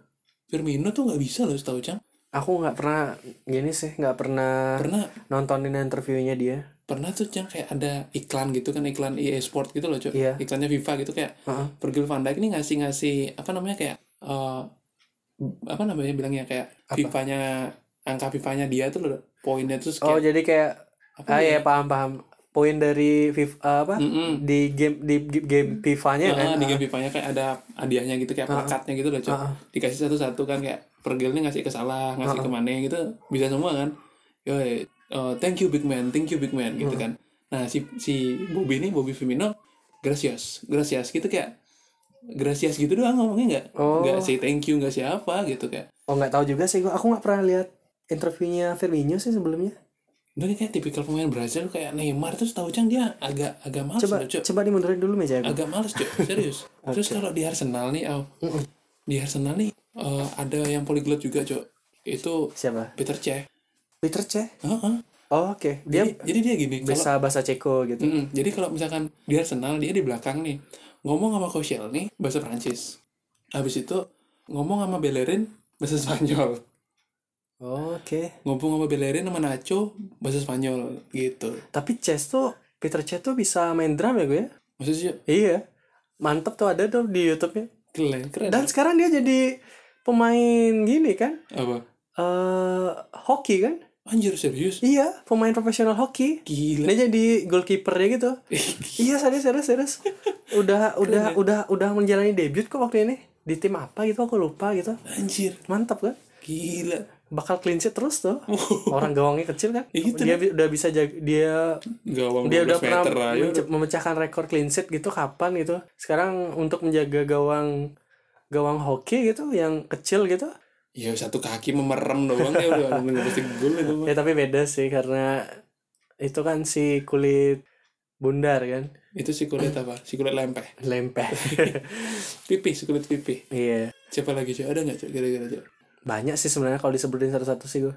C: Firmino tuh nggak bisa loh setahu Cang
D: aku nggak pernah gini sih nggak pernah,
C: pernah
D: nontonin interviewnya dia
C: pernah tuh Cang kayak ada iklan gitu kan iklan EA Sport gitu loh Cok
D: Iya.
C: iklannya FIFA gitu kayak
D: Heeh.
C: Virgil van Dijk ini ngasih-ngasih apa namanya kayak eh, apa namanya bilangnya kayak FIFA-nya angka FIFA-nya dia tuh loh poinnya terus
D: oh
C: kayak
D: jadi kayak
C: apa
D: ah ya
C: namanya?
D: paham paham poin dari FIFA apa
C: Mm-mm.
D: di game di gi- game FIFA-nya
C: Heeh,
D: kan
C: di game FIFA-nya kayak ada hadiahnya gitu kayak perkatnya gitu loh Cok. dikasih satu-satu kan kayak Virgil ini ngasih ke salah ngasih ke mana gitu bisa semua kan yo eh, thank you big man thank you big man gitu kan nah si si Bobby ini Bobby Firmino gracias gracias gitu kayak gracias gitu doang ngomongnya nggak
D: Oh.
C: nggak say thank you nggak siapa gitu kayak
D: Oh nggak tahu juga sih gua. Aku nggak pernah lihat interviewnya Firmino sih sebelumnya.
C: Dia kayak tipikal pemain Brazil kayak Neymar terus tahu cang dia agak agak males
D: Coba
C: loh, Cuk.
D: coba dimundurin dulu meja aku.
C: agak males Cuk, serius. Terus kalau di Arsenal nih, Au, di Arsenal nih eh, ada yang polyglot juga Cuk. Itu
D: Siapa?
C: Peter Cech.
D: Peter Cech.
C: Heeh.
D: Oh, oke. Dia
C: Jadi, jadi dia gini, kalau
D: bisa bahasa Ceko gitu.
C: Mm-mm. Jadi kalau misalkan di Arsenal dia di belakang nih ngomong sama Koshel nih bahasa Prancis. Habis itu ngomong sama Bellerin bahasa Spanyol.
D: Oh, oke.
C: Ngomong sama Bellerin sama Nacho bahasa Spanyol gitu.
D: Tapi Cech tuh Peter Cech tuh bisa main drum ya gue ya?
C: Maksudnya
D: Iya. Mantep tuh ada tuh di YouTube-nya.
C: keren, keren.
D: Dan sekarang dia jadi pemain gini kan?
C: apa?
D: Eh hoki kan?
C: Anjir serius?
D: Iya, pemain profesional hoki.
C: Gila.
D: Dia jadi goalkeepernya gitu. iya, serius, serius, serius. Udah,
C: ya.
D: udah, udah, udah menjalani debut kok waktu ini di tim apa gitu aku lupa gitu.
C: Anjir.
D: Mantap kan?
C: Gila.
D: Bakal clean sheet terus tuh. Orang gawangnya kecil kan?
C: Iya, gitu,
D: dia bi- udah bisa jag- dia
C: Gawang 12
D: dia udah pernah
C: meter aja.
D: mence- memecahkan rekor clean sheet gitu kapan gitu. Sekarang untuk menjaga gawang gawang hoki gitu yang kecil gitu.
C: Ya satu kaki memerem doang ya udah udah pasti gol itu.
D: Ya tapi beda sih karena itu kan si kulit bundar kan,
C: Itu si kulit apa? Si kulit lempeh.
D: lempeh.
C: Pipi, si kulit pipi.
D: Iya.
C: Siapa lagi, Cok? Ada nggak, Cok? Kira-kira, Cok?
D: Banyak sih sebenarnya kalau disebutin satu-satu sih gue.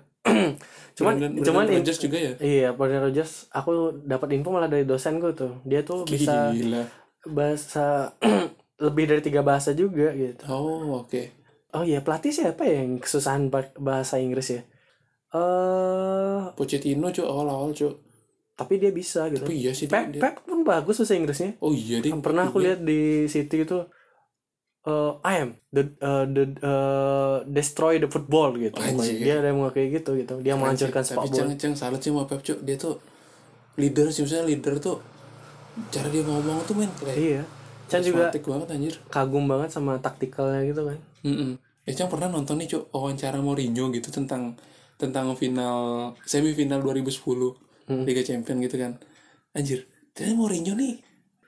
D: cuman
C: Brandon- Brandon
D: cuman in-
C: Rodgers juga ya?
D: Iya, Brandon Rodgers aku dapat info malah dari dosen gue tuh. Dia tuh bisa
C: Gila.
D: bahasa lebih dari tiga bahasa juga gitu.
C: Oh, oke.
D: Oh iya, pelatih siapa ya yang kesusahan ba- bahasa Inggris ya? Eh,
C: Pochettino cuy awal-awal cuy.
D: tapi dia bisa gitu.
C: Tapi iya sih dia,
D: Pep,
C: dia-
D: Pep pun bagus bahasa Inggrisnya.
C: Oh iya dia.
D: Kan Pernah aku
C: iya.
D: lihat di City itu eh, I am the eh, the eh, destroy the football gitu.
C: Anjir.
D: Dia ada yang mengakui gitu gitu. Dia menghancurkan
C: Tapi
D: sepak
C: Cang
D: bola.
C: Cang salut sih sama Pep cuy. Dia tuh leader sih misalnya leader tuh cara dia ngomong tuh men kayak
D: Iya. Chan juga
C: karismatik banget anjir.
D: kagum banget sama taktikalnya gitu kan.
C: Heeh. Eh Cang pernah nonton nih cuy wawancara Mourinho gitu tentang tentang final semifinal 2010 Liga Champion gitu kan. Anjir, ternyata Mourinho nih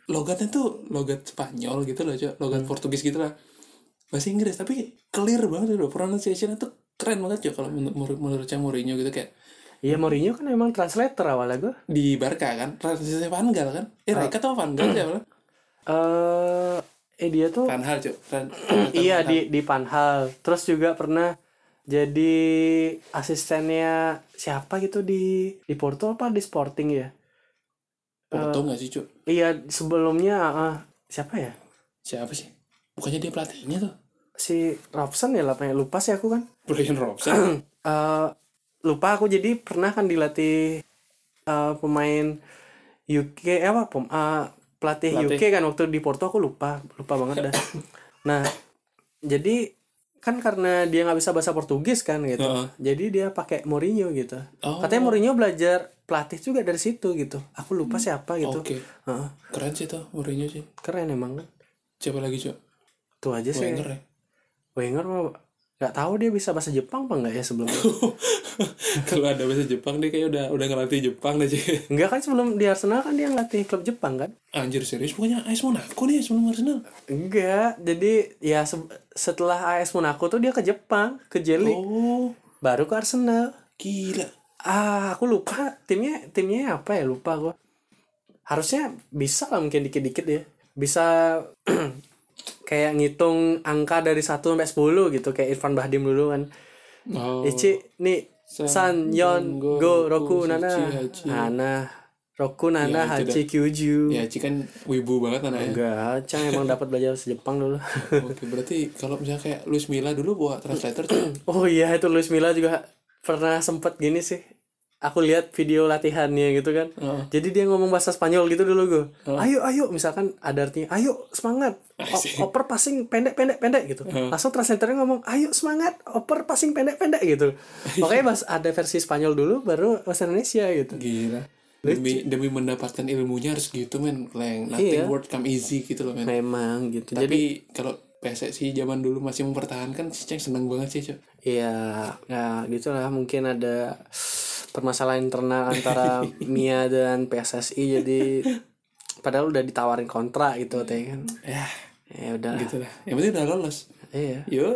C: logatnya tuh logat Spanyol gitu loh, cuy. Logat Portugis gitu lah. bahasa Inggris tapi clear banget loh pronunciation itu keren banget cuy kalau menur- menurut menurut Cang Mourinho gitu kayak
D: Iya Mourinho kan emang translator awalnya gue.
C: di Barca kan transisi Van Gaal kan eh Rijkaard atau Van Gaal siapa lah
D: Eh eh dia tuh
C: Van Gaal cuy Van-
D: iya di di Panhal. Terus juga pernah jadi asistennya siapa gitu di di Porto apa di Sporting ya?
C: Porto nggak sih cuy
D: Iya sebelumnya ah, siapa ya?
C: siapa sih bukannya dia pelatihnya tuh
D: si Robson ya lapanya lupa sih aku kan
C: Brian Robson
D: Eh, lupa aku jadi pernah kan dilatih eh, pemain UK eh, apa pem, eh, pelatih,
C: Pelatih.
D: UK kan waktu di Porto aku lupa lupa banget dah nah jadi kan karena dia nggak bisa bahasa Portugis kan gitu
C: Heeh.
D: jadi dia pakai Mourinho gitu
C: Oh.
D: katanya Mourinho belajar pelatih juga dari situ gitu aku lupa siapa gitu
C: Hmm. oke
D: Heeh,
C: keren sih tuh Mourinho sih
D: keren emang kan
C: siapa lagi cuy
D: tuh aja sih
C: Wenger ya
D: Wenger mah nggak tahu dia bisa bahasa Jepang apa nggak ya sebelumnya
C: kalau ada bahasa Jepang dia kayak udah udah ngelatih Jepang deh cuy
D: Enggak kan sebelum di Arsenal kan dia ngelatih klub Jepang kan?
C: anjir serius pokoknya AS Monaco nih sebelum Arsenal
D: Enggak. Jadi ya se- setelah AS Monaco tuh dia ke Jepang, ke J League,
C: oh
D: baru ke Arsenal.
C: gila
D: Ah, aku lupa timnya timnya apa ya lupa gua. Harusnya bisa lah mungkin dikit-dikit ya. Bisa kayak ngitung angka dari 1 sampai 10 gitu kayak Irfan Bahdim dulu kan.
C: oh
D: Ichi ni san yon
C: Go,
D: go
C: Roku,
D: roku nana Ah,
C: Shichi, Hachi.
D: nana roku nana
C: Ya, itu
D: hachi kyuju.
C: ya Ci kan wibu banget anaknya
D: Enggak, Cang emang dapat belajar bahasa Jepang dulu.
C: Oke, berarti kalau misalnya kayak Luis Milla dulu bawa translator tuh
D: oh iya, itu Luis Milla juga pernah sempet gini sih. Aku lihat video latihannya gitu kan.
C: Heeh.
D: Jadi dia ngomong bahasa Spanyol gitu dulu gue. Ayo, ayo, misalkan ada artinya, ayo semangat. O-
C: Asik.
D: oper passing pendek, pendek, pendek gitu. Langsung translatornya ngomong, ayo semangat, oper passing pendek, pendek gitu. Makanya bahas ada versi Spanyol dulu, baru bahasa Indonesia gitu.
C: gila. Demi demi mendapatkan ilmunya harus gitu men, leng. Nothing
D: Iya.
C: word come easy gitu loh men.
D: Memang gitu. Jadi
C: Tapi kalau PSSI zaman dulu masih mempertahankan si Ceng seneng banget sih, Cok.
D: Iya, ya gitulah mungkin ada permasalahan internal antara Mia dan PSSI jadi padahal udah ditawarin kontrak gitu katanya kan.
C: Ya,
D: Ya udah.
C: gitu lah. Yang penting udah lolos.
D: Iya.
C: Yo,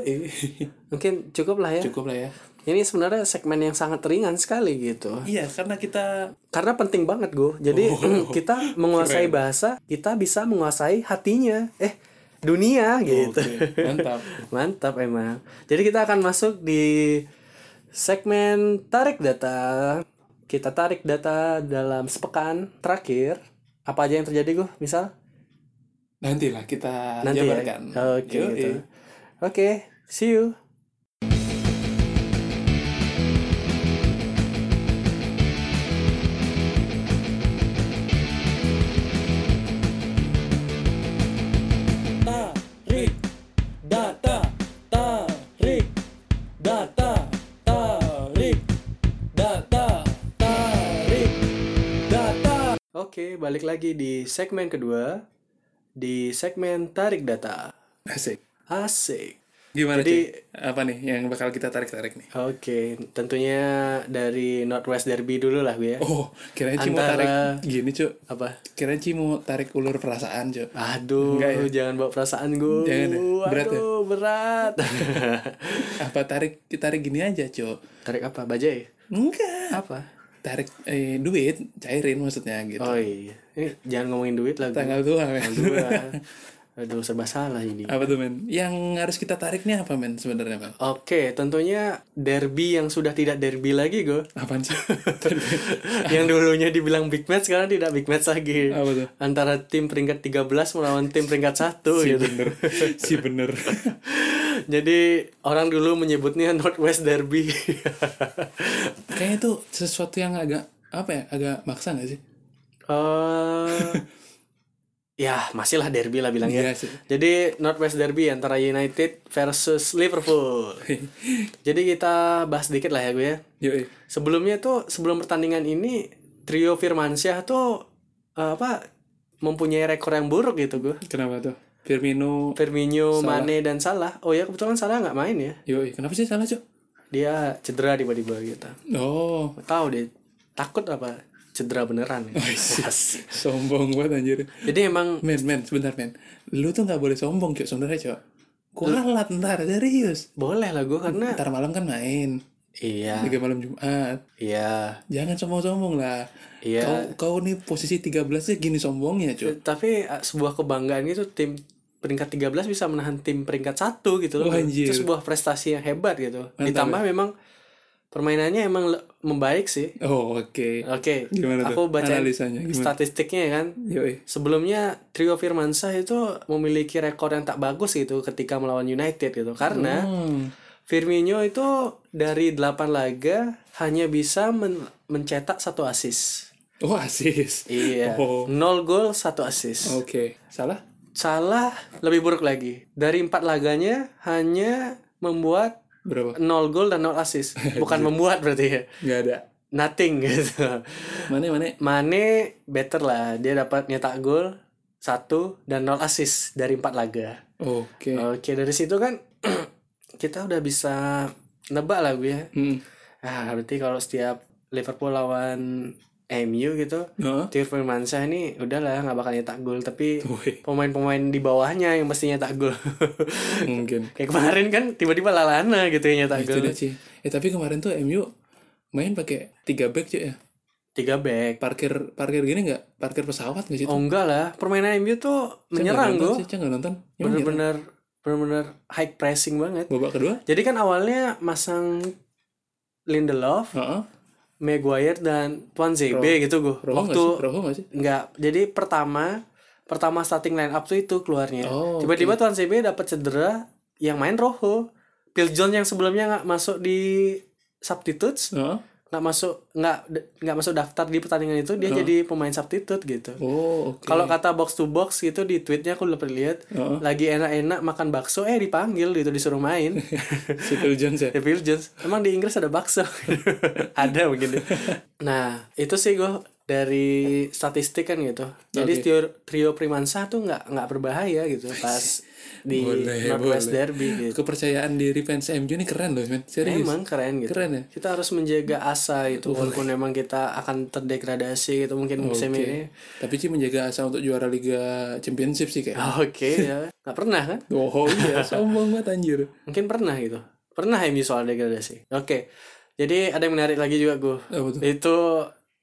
D: Mungkin cukup lah ya.
C: Cukup lah ya.
D: Ini sebenarnya segmen yang sangat ringan sekali gitu.
J: Iya, karena kita
D: Karena penting banget, Go. Jadi mm, kita menguasai bahasa, kita bisa menguasai hatinya. Eh, dunia gitu.
C: mantap.
D: Mantap emang. Jadi kita akan masuk di segmen tarik data. Kita tarik data dalam sepekan terakhir. Apa aja yang terjadi gue? Misal
C: Nanti lah kita
D: nanti ya.
C: jabarkan.
D: Oke
C: Yo,
D: gitu. Oke, see you.
C: Tarik data, tarik data, tarik data, tarik data.
D: Oke, balik lagi di segmen kedua di segmen tarik data.
C: Asik.
D: Asik.
C: Gimana
D: Jadi-
C: Jadi, apa nih yang bakal kita tarik-tarik nih?
D: Oke, tentunya dari Northwest Derby dulu lah gue ya.
C: Oh, kirain Ci mau
D: Antara-
C: tarik gini, Cuk.
D: Apa? Ah.
C: Kirain Ci mau tarik ulur perasaan, Cuk.
D: Aduh,
C: Enggak ya?
D: jangan bawa perasaan gue.
C: Jangan ya? Berat ya?
D: Aduh, berat.
C: Apa tarik tarik gini aja, Cuk?
D: tarik apa? Bajai?
C: Enggak.
D: Apa?
C: Tarik eh, duit, cairin maksudnya gitu.
D: Oh iya. Ini jangan ngomongin duit lah.
C: Tanggal
D: gue.
C: doang, men.
D: Tanggal dua. Aduh, serba salah ini.
C: Apa tuh, men? Yang harus kita tariknya apa, men, sebenarnya, men?
D: Oke, tentunya derby yang sudah tidak derby lagi, Go.
C: Apaan sih?
D: yang dulunya dibilang big match sekarang tidak big match lagi.
C: Apa tuh?
D: Antara tim peringkat 13 melawan tim peringkat 1
C: si
D: gitu.
C: bener, si bener.
D: Jadi orang dulu menyebutnya Northwest Derby.
C: Kayaknya itu sesuatu yang agak apa ya? Agak maksa gak sih?
D: eh ya masih lah derby lah bilangnya.
C: Iya sih.
D: Jadi Northwest Derby antara United versus Liverpool. Jadi kita bahas dikit lah ya gue ya.
C: Yoi.
D: Sebelumnya tuh sebelum pertandingan ini trio Firmansyah tuh eh, apa mempunyai rekor yang buruk gitu gue.
C: Kenapa tuh? Firmino. Salah.
D: Firmino, Mane dan Salah. Oh ya kebetulan Salah nggak main ya.
C: Yoi. Kenapa sih salah, Cuk?
D: Dia cedera tiba-tiba gitu.
C: Oh,
D: Nggak Tahu deh. Takut apa cedera beneran ya.
C: sombong banget anjir.
D: Jadi emang
C: Men, men, sebentar, men. Lu tuh nggak boleh sombong, Cuk, sebenarnya, Cuk. Kualat ntar, serius.
D: boleh lah gue karena
C: Ntar malam kan main.
D: Iya,
C: Liga malam Jumat.
D: iya,
C: Jangan sombong-sombong lah.
D: iya.
C: Kau, kau nih posisi 13-nya gini sombongnya, Cuk.
D: Tapi uh, sebuah kebanggaan itu tim peringkat 13 bisa menahan tim peringkat satu gitu loh.
C: Wah, anjir.
D: Itu sebuah prestasi yang hebat gitu.
C: Mantap, ya.
D: Ditambah memang permainannya emang le- membaik sih.
C: Oh, oke.
D: Oke,
C: Gimana tuh
D: aku baca
C: analisanya? Gimana?
D: statistiknya ya kan.
C: Yoi.
D: Sebelumnya Trio Firmansyah itu memiliki rekor yang tak bagus gitu ketika melawan United gitu. Karena
C: Hmm.
D: Firmino itu dari 8 laga hanya bisa men- mencetak satu assist.
C: Oh, asis.
D: Iya.
C: Oh.
D: Nol gol, satu assist.
C: Oke. Salah?
D: Salah lebih buruk lagi. Dari empat laganya hanya membuat
C: Berapa?
D: nol gol dan nol assist. Bukan membuat berarti ya.
C: Nggak ada.
D: Nothing gitu.
C: Mana, mana?
D: Mane better lah. Dia dapat nyetak gol satu dan nol assist dari empat laga.
C: Oke.
D: Oke dari situ kan kita udah bisa nebak lah gue ya.
C: Hmm.
D: Ah berarti kalau setiap Liverpool lawan MU gitu,
C: Heeh.
D: Tio Firmansyah ini udahlah nggak bakal nyetak gol tapi
C: Woi.
D: pemain-pemain di bawahnya yang mesti nyetak gol.
C: Mungkin.
D: Kayak kemarin kan tiba-tiba Lalana gitu yang nyetak
C: Itu
D: gol.
C: dia, Ci. Eh, tapi kemarin tuh MU main pakai tiga back, Cuk, ya?
D: Tiga back.
C: Parkir parkir gini nggak? Parkir pesawat nggak sih?
D: Oh enggak lah, permainan MU tuh menyerang
C: gue.
D: gue.
C: Saya nggak nonton. Emang menyerang? Hmm.
D: Bener-bener bener-bener high pressing banget.
C: Babak kedua?
D: Jadi kan awalnya masang Lindelof,
C: Heeh.
D: Maguire dan Tuan ZB
C: Rojo.
D: gitu gue.
C: Roho nggak
D: Waktu
C: sih? Roho nggak sih?
D: Enggak, jadi pertama pertama starting line up tuh itu keluarnya.
C: Oh,
D: Tiba-tiba Tuan CB dapat cedera yang main Roho. Phil Jones yang sebelumnya nggak masuk di substitutes,
C: Heeh.
D: nggak masuk nggak d- nggak masuk daftar di pertandingan itu dia
C: Heeh.
D: jadi pemain substitute gitu.
C: Oh, Hmm. oke. Hmm.
D: Kalau kata box to box gitu di tweetnya aku dapat lihat
C: Heeh.
D: lagi enak-enak makan bakso eh dipanggil gitu disuruh main.
C: si Phil Jones ya?
D: Ya, Phil Jones. Emang di Inggris ada bakso? ada mungkin. deh. Nah, itu sih gue dari statistik kan gitu. Jadi
C: Oke.
D: trio, trio Primansa tuh nggak nggak berbahaya gitu pas di Northwest Derby gitu.
C: Kepercayaan diri fans MU ini keren loh, men. Serius.
D: Emang keren gitu.
C: Keren ya?
D: Kita harus menjaga asa itu walaupun memang kita akan terdegradasi gitu mungkin musim
C: Oke.
D: ini.
C: Tapi sih menjaga asa untuk juara Liga Championship sih kayak.
D: Oke ya. Nggak pernah kan?
C: Oh iya, sombong banget anjir.
D: Mungkin pernah gitu. Pernah MU soal degradasi. Oke. Jadi ada yang menarik lagi juga gue.
C: Apa tuh?
D: Itu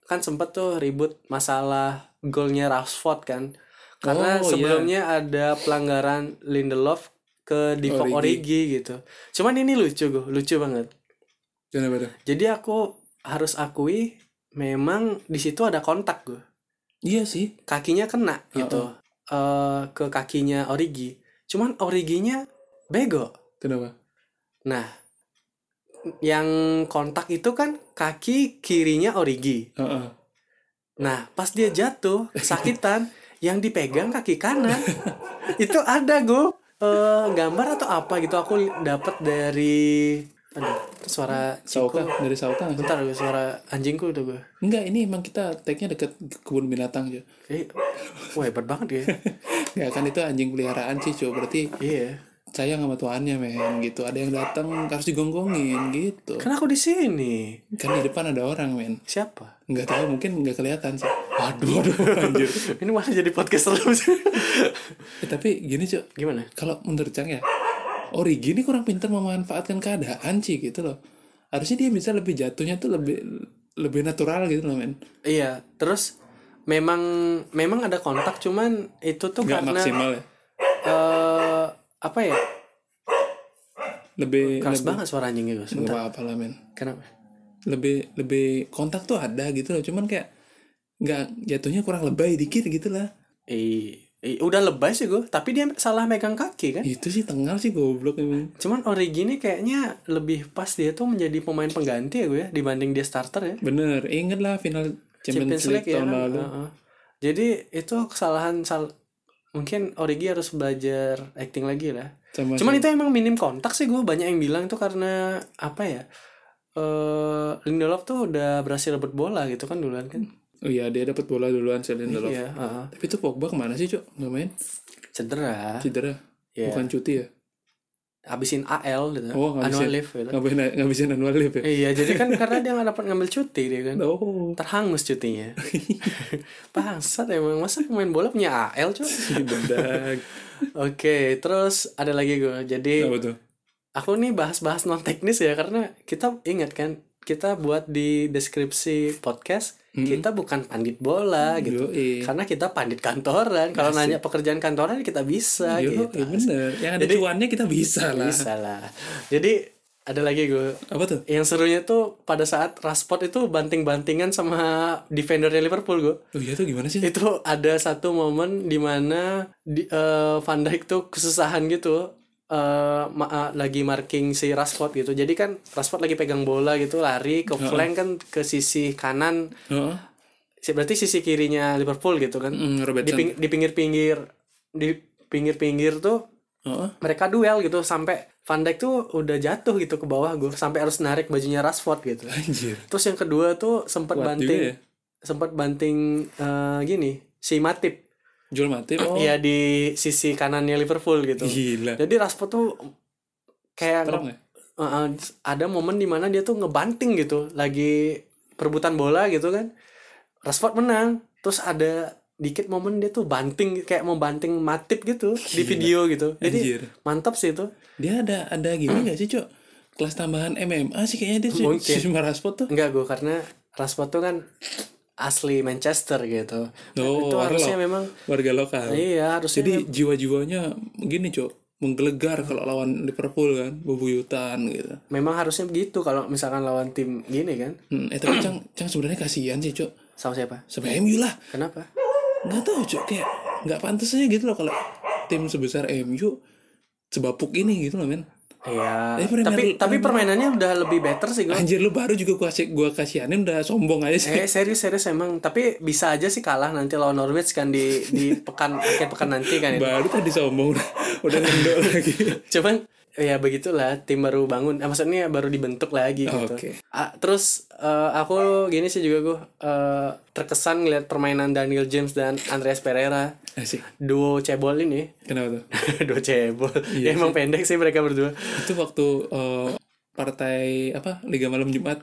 D: kan sempet tuh ribut masalah golnya Rashford kan. Karena
C: Oh, iya.
D: sebelumnya ada pelanggaran Lindelof ke Divock Origi.
C: Origi.
D: gitu. Cuman ini lucu gue, lucu banget.
C: Gimana pada?
D: Jadi aku harus akui memang di situ ada kontak gue.
C: Iya sih.
D: Kakinya kena gitu. eh, ke kakinya Origi. Cuman Originya bego.
C: Kenapa?
D: Nah, yang kontak itu kan kaki kirinya Origi.
C: Heeh.
D: Nah, pas dia jatuh sakitan, yang dipegang kaki kanan. itu ada gue gambar atau apa gitu aku dapat dari aduh, suara
C: Sauka
D: ciko.
C: dari Sauka nggak sih?
D: Bentar gue suara anjingku udah gue.
C: Enggak, ini emang kita tag-nya deket kebun binatang aja.
D: Eh, wah hebat banget ya.
C: Ya kan itu anjing peliharaan sih, cuy. Berarti
D: Iya.
C: sayang sama tuannya, men. Gitu. Ada yang datang harus digonggongin gitu.
D: Kan aku di sini.
C: Kan di depan ada orang, men.
D: Siapa?
C: Nggak tahu, mungkin nggak kelihatan sih. Aduh, aduh, anjir.
D: Ini malah jadi podcast terus.
C: Eh, tapi gini, cuy.
D: Gimana?
C: Kalau menurut Cang ya, Origi ini kurang pintar memanfaatkan keadaan sih gitu loh. Harusnya dia bisa lebih jatuhnya tuh lebih lebih natural gitu loh, men.
D: Iya, terus memang memang ada kontak cuman itu tuh
C: Nggak
D: karena
C: maksimal ya.
D: eh, apa ya?
C: Lebih
D: Keras
C: lebih
D: banget suara anjingnya gue.
C: nggak
D: Bentar.
C: apa-apa lah, men.
D: Kenapa?
C: lebih lebih kontak tuh ada gitu loh cuman kayak nggak jatuhnya kurang lebay dikit gitu lah
D: Eh, eh, udah lebay sih gue, tapi dia salah megang kaki kan.
C: itu sih tengah sih goblok emang
D: Cuman Origi ini kayaknya lebih pas dia tuh menjadi pemain pengganti ya gue ya dibanding dia starter ya.
C: bener inget lah final Champions, League,
D: ya
C: tahun
D: kan?
C: lalu
D: Heeh. Jadi itu kesalahan sal mungkin Origi harus belajar acting lagi lah.
C: sama
D: Cuman itu emang minim kontak sih gue banyak yang bilang itu karena apa ya? eh Lindelof tuh udah berhasil rebut bola gitu kan duluan kan.
C: oh iya dia dapat bola duluan si Lindelof
D: Iya, heeh.
C: tapi itu Pogba kemana sih cok nggak main
D: Cedera.
C: cedera
D: Iya.
C: bukan cuti ya
D: Habisin AL gitu.
C: Oh, ngabisin.
D: annual leave gitu.
C: ngapain ngabisin annual leave ya
D: Iya, jadi kan karena dia nggak dapat ngambil cuti dia kan.
C: oh
D: Terhangus cutinya. Bangsat emang masa pemain bola punya AL, cuy.
C: bedak
D: Oke, terus ada lagi gue. Jadi
C: apa tuh
D: aku nih bahas-bahas non teknis ya karena kita ingat kan kita buat di deskripsi podcast kita bukan pandit bola gitu
C: Hmm. Yoi.
D: karena kita pandit kantoran kalau nanya pekerjaan kantoran kita bisa
C: Yo, iya,
D: gitu
C: bener yang ada
D: Jadi-
C: cuannya kita bisa lah
D: bisa lah jadi ada lagi gue
C: apa tuh
D: yang serunya tuh pada saat Rashford itu banting-bantingan sama defendernya Liverpool gue
C: oh iya tuh gimana sih
D: itu ada satu momen dimana di, eh, Van Dijk tuh kesusahan gitu eh, ma- eh, lagi marking si Rashford gitu jadi kan Rashford lagi pegang bola gitu lari ke flank kan ke sisi kanan
C: Heeh.
D: Si- berarti sisi kirinya Liverpool gitu kan
C: Mm,
D: di,
C: Robertson
D: ping- di pinggir-pinggir di pinggir-pinggir tuh
C: Heeh.
D: mereka duel gitu sampai Van Dijk tuh udah jatuh gitu ke bawah gue sampai harus narik bajunya Rashford gitu
C: anjir
D: terus yang kedua tuh sempat
C: Kuat juga ya.
D: banting sempat banting eh, gini si Matip
C: Jual mati oh
D: Iya di sisi kanannya Liverpool gitu.
C: Gila.
D: Jadi Rashford tuh kayak
C: Serem ya?
D: nge- uh, uh, ada momen dimana dia tuh ngebanting gitu, lagi perebutan bola gitu kan. Rashford menang, terus ada dikit momen dia tuh banting kayak mau banting Matip gitu di video gitu. Jadi
C: Anjir.
D: mantap sih itu.
C: Dia ada ada gini gak sih, Cok? Kelas tambahan MMA sih kayaknya dia
D: Mungkin.
C: si Maraspot tuh.
D: Enggak gue karena Rashford tuh kan asli Manchester gitu.
C: Oh,
D: itu
C: warlock.
D: harusnya memang
C: warga lokal.
D: iya harusnya
C: Jadi jiwa-jiwanya gini, Cok. Menggelegar kalau lawan Liverpool kan, bebuyutan gitu.
D: memang harusnya begitu kalau misalkan lawan tim gini kan
C: Hmm, eh tapi Cang, Cang sebenarnya kasihan sih, Cok.
D: sama siapa?
C: Sama MU lah.
D: Kenapa?
C: Nggak tahu, Cok, kayak nggak pantas aja gitu loh kalau tim sebesar MU sebapuk ini gitu loh, men.
D: Iya.
C: Eh, Premier
D: tapi
C: League-
D: tapi
C: Premier-
D: permainannya udah lebih better sih gue.
C: Anjir lu baru juga gua kasih- gua kasihanin udah sombong aja sih.
D: Eh serius serius emang tapi bisa aja sih kalah nanti lawan Norwich kan di di pekan akhir pekan nanti kan itu.
C: baru tadi sombong udah, udah ngendok lagi.
D: Cuman ya begitulah tim baru bangun eh, maksudnya baru dibentuk lagi gitu
C: Oke.
D: Ah, terus eh, aku gini sih juga gue eh, terkesan ngeliat permainan Daniel James dan Andreas Pereira
C: Asik.
D: duo cebol ini
C: Kenapa tuh?
D: duo cebol
C: Iya
D: ya, emang pendek sih mereka berdua
C: Itu waktu eh, partai apa Liga Malam Jumat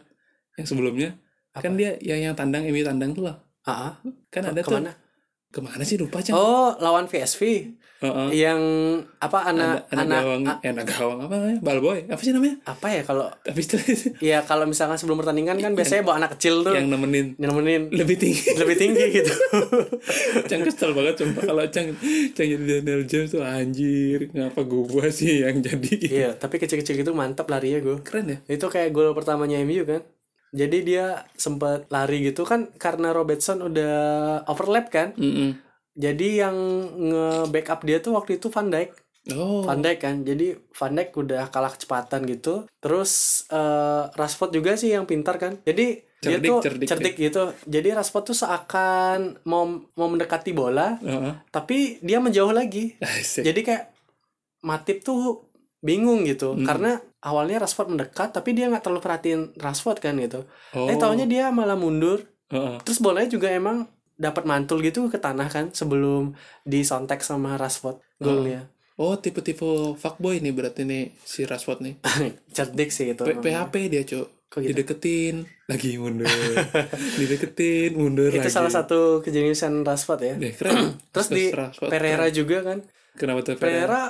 C: yang sebelumnya kan dia yang yang tandang MU tandang tuh lah.
D: Ah, ah.
C: Kan
D: Ke-
C: ada
D: kemana?
C: tuh. Kemana sih lupa Cang?
D: oh lawan VSV
C: Heeh.
D: yang apa
C: anak
D: anak
C: anak
D: anak
C: gawang,
D: a-
C: eh, anak gawang apa namanya? Balboy. Apa sih namanya?
D: apa ya kalau
C: Tapi itu
D: ya kalau misalkan sebelum pertandingan kan biasanya bawa anak kecil tuh
C: yang nemenin
D: nemenin
C: lebih tinggi.
D: lebih tinggi gitu
C: Cang kesel banget sumpah kalau Cang Cang jadi Daniel James tuh anjir, ngapa gua sih yang jadi?
D: iya tapi kecil-kecil gitu mantap larinya gue
C: Keren ya?
D: itu kayak gol pertamanya MU kan jadi dia sempat lari gitu kan karena Robertson udah overlap kan
C: Mm-mm.
D: jadi yang nge-backup dia tuh waktu itu Van Dijk
C: Oh.
D: Van Dijk kan jadi Van Dijk udah kalah kecepatan gitu terus eh, Rashford juga sih yang pintar kan jadi dia
C: Cerdik,
D: tuh
C: cerdik,
D: cerdik, gitu jadi Rashford tuh seakan mau mau mendekati bola
C: Heeh.
D: tapi dia menjauh lagi
C: Asik.
D: jadi kayak Matip tuh bingung gitu
C: Hmm.
D: karena awalnya Rashford mendekat tapi dia nggak terlalu perhatiin Rashford kan gitu
C: Oh.
D: eh taunya dia malah mundur
C: Heeh.
D: terus bolanya juga emang dapat mantul gitu ke tanah kan sebelum disontek sama Rashford golnya
C: Oh, tipe-tipe fuckboy nih berarti nih si Rashford nih.
D: cerdik sih itu
C: P-
D: emang.
C: PHP dia, Cuk.
D: Kok gitu?
C: Dideketin, lagi mundur. Dideketin, mundur
D: itu
C: lagi.
D: salah satu kejeniusan Rashford ya
C: Deh, keren.
D: terus di
C: Rashford,
D: Pereira
C: keren.
D: juga kan
C: Kenapa tuh Pereira?
D: Pereira